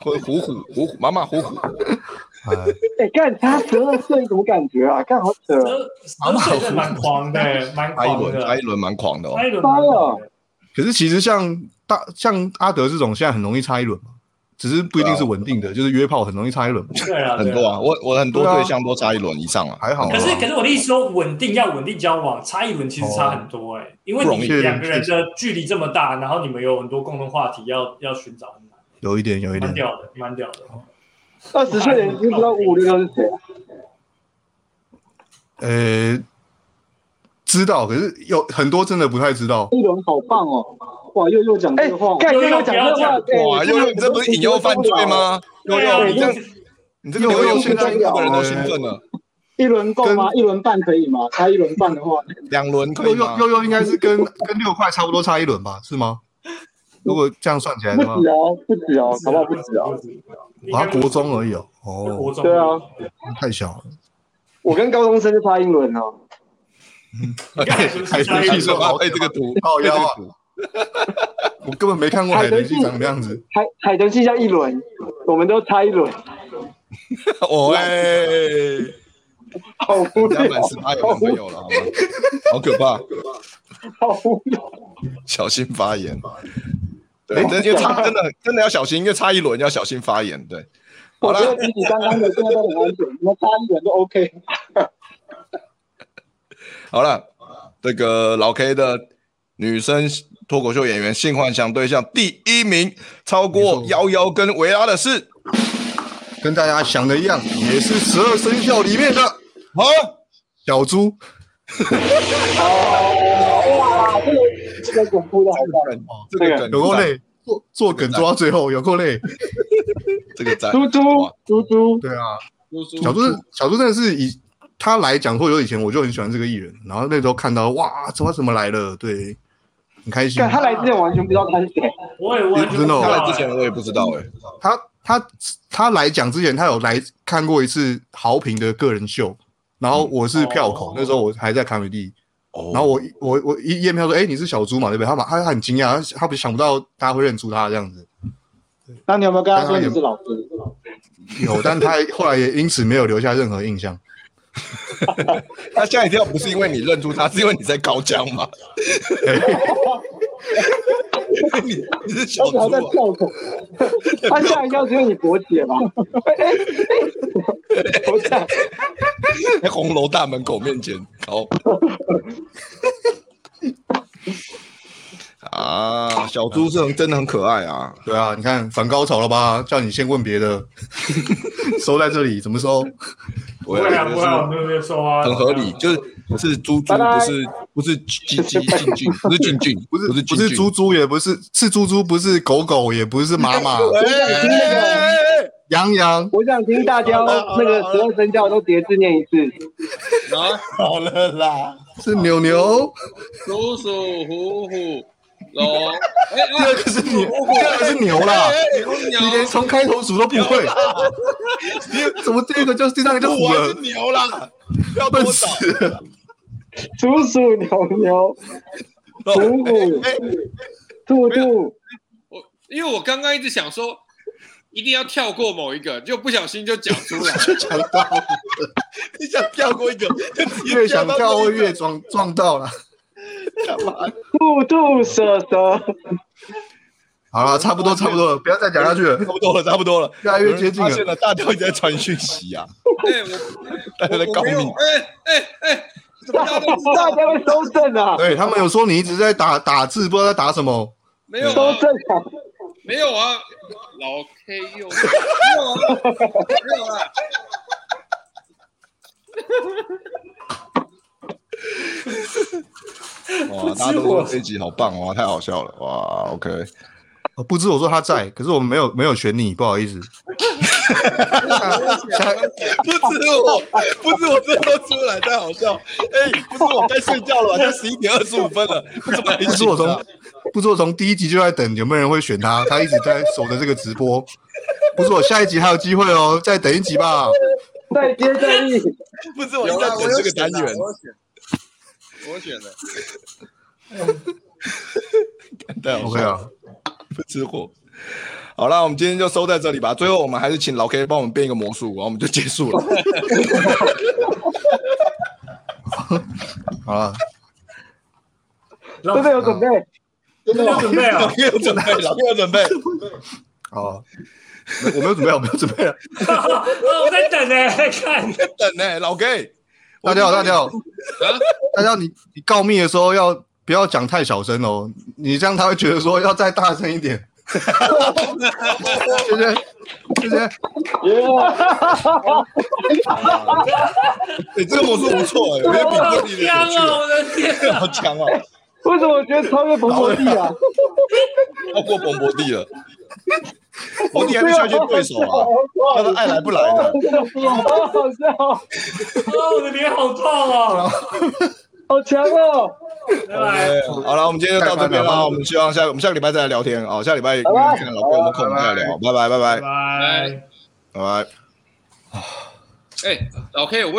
虎虎虎虎虎，妈妈虎虎，哎，哎，干差十二岁什么感觉啊？干好扯哦，而且是蛮狂的，蛮下一狂轮的，下一轮蛮狂的哦差。一轮蛮狂的。可是其实像大像阿德这种，现在很容易差一轮嘛，只是不一定是稳定的，就是约炮很容易差一轮嘛，对啊，很对多啊，我我很多对啊对象都差一轮以上啊，还好啊。可是，可是我的意思说，稳定要稳定交往，差一轮其实差很多哎、因为不容你易两个人的距离这么大，然后你们有很多共同话题要要寻找，很难有一点，有一蛮点。屌的，蛮屌的。二十岁的人已经不知道五五六六是谁啊？呃，知道，可是有很多真的不太知道。一轮好棒哦！哇，又又讲哎这话，，干又跟他又不讲要这话，讲哎哇，悠悠，你这不是引诱犯罪？吗？悠对啊悠，你你这样你这个悠悠现啊在日本人都兴奋了，一轮够吗？一轮半可以吗？差一轮半的话，两轮可以悠吗悠？悠悠应该是跟跟六块差不多差一轮吧？是吗？如果这样算起来不的话，止哦，不止哦，好不好？不止啊哦。我还国中而已，已哦。哦，国中对啊，太小了。我跟高中生就差英文哦。你看是不是差一还轮说啊，配这个图，靠配这腰个啊！图，我根本没看过海豚戏长这样子。海海豚系叫一轮，我们都差一轮，哦哎，好无人家聊满，十八有男朋友了，好吗？好可怕，好无聊。小心发言。对，哎真因为差真的真的要小心，因为差一轮要小心发言。对，好我啦觉得比起刚刚的，现在都很安全，你们差一轮都 OK。好了，这个老 K 的女生脱口秀演员性幻想对象第一名，超过瑶瑶跟维拉的是跟大家想的一样，也是十二生肖里面的好。小猪。哇，这个这个恐怖的好棒！这个梗有够累，做做梗做到最后有够累。这个赞，猪猪哇猪猪，对啊，小小猪小猪真的是以他来讲脱口秀以前，我就很喜欢这个艺人，然后那时候看到哇，怎么怎么来了，对，很开心干。他来之前完全不知道他是谁，我也完全真的哦他来之前我也不知道哎、他他他来讲之前，他有来看过一次豪平的个人秀，然后我是票口，哦那时候我还在卡美蒂，哦然后我我我一验票说，哎、你是小猪嘛，对不对？他马他他很惊讶，他他不想不到大家会认出他这样子。那你有没有跟他说你是老师？有，但他后来也因此没有留下任何印象。他吓一跳，不是因为你认出他，是因为你在高江嘛？哎你 *laughs* 你是小而且还猪在啊？跳口，他下应该只有你伯姐吧？我想在红楼大门口面前 *laughs* 搞。啊，小猪是很真的很可爱啊！对啊，你看反高潮了吧？叫你先问别的，收在这里怎么收？不不会啊，不会啊，我们没有说啊，很合理，就是是猪猪，拜拜不是不是鸡鸡进俊，不是进俊，不是不是不是猪猪，也不是是猪猪，不是狗狗，也不是妈妈，哎想听那个，羊羊。我想听大家那个十二生肖都叠字念一次。啊好了啦，是牛牛，鼠鼠虎虎龙，哎第啊二个是牛，第二个是牛啦。公你连牛，从开头数都不会，你怎么第二个就第三个就虎我是了？牛啦，不要笨多死找。了！鼠鼠牛牛，虎虎，兔兔，我因为我刚刚一直想说一定要跳过某一个，就不小心就讲出来。就讲到你想跳过一个，就直接越想跳过会一个越撞撞到了。兔兔蛇蛇，好了，差不多差不多了，不要再讲下去了，差不多了，差不多了，越来越接近发现了。了，大雕一直在传讯息啊，哎，大家我在我告我没有，密。哎哎哎，怎么大家都知大道？家会收正啊，对他们有说你一直在打打字，不知道在打什么。没有收啊，正啊，没有啊，老 K 又没有啊，没有啊，哇，大家都说这一集好棒哇，太好笑了哇，OK，哦不知我说他在，可是我们没有没有选你，不好意思。下不止我，不止我，这都出来，太好笑。哎、不是我该睡觉了吧？现在十一点二十五分了，不是我还不知醒我着从啊不知我从第一集就在等有没有人会选他，他一直在守着这个直播。不是我下一集还有机会哦，再等一集吧。再接再厉，不是我一有直在啊，等我有这个单选啊元，我有选，我选的。太好 OK 笑了，啊，不知火。好了，我们今天就收在这里吧。最后，我们还是请老 K 帮我们变一个魔术，然后我们就结束了。好了，真的有准备，真的准备老啊， K 有准备，老 K 有准备。好，没我没有准备，我没有准备了。我在等呢，看等呢、老 K，大家好，大家好，大家好你你告密的时候要不要讲太小声哦？你这样他会觉得说要再大声一点。 *laughs* 谢谢，谢谢。你、这个魔术不错哎、我觉得比问你的香有趣啊！我的天啊， *laughs* 好强哦、为什么我觉得超越彭博弟啊？超过彭博 *laughs* 弟了。彭博弟还没下去对手啊，那他爱来不来的。 *laughs* 好好笑，啊，我的脸好痛哦！好强哦！拜拜。对好了，我们今天就到这边了。我们希望下我们下个礼拜再来聊天啊，下礼拜看看老哥有没有空再聊。拜拜拜拜拜拜。拜拜。哎，老 K 有问。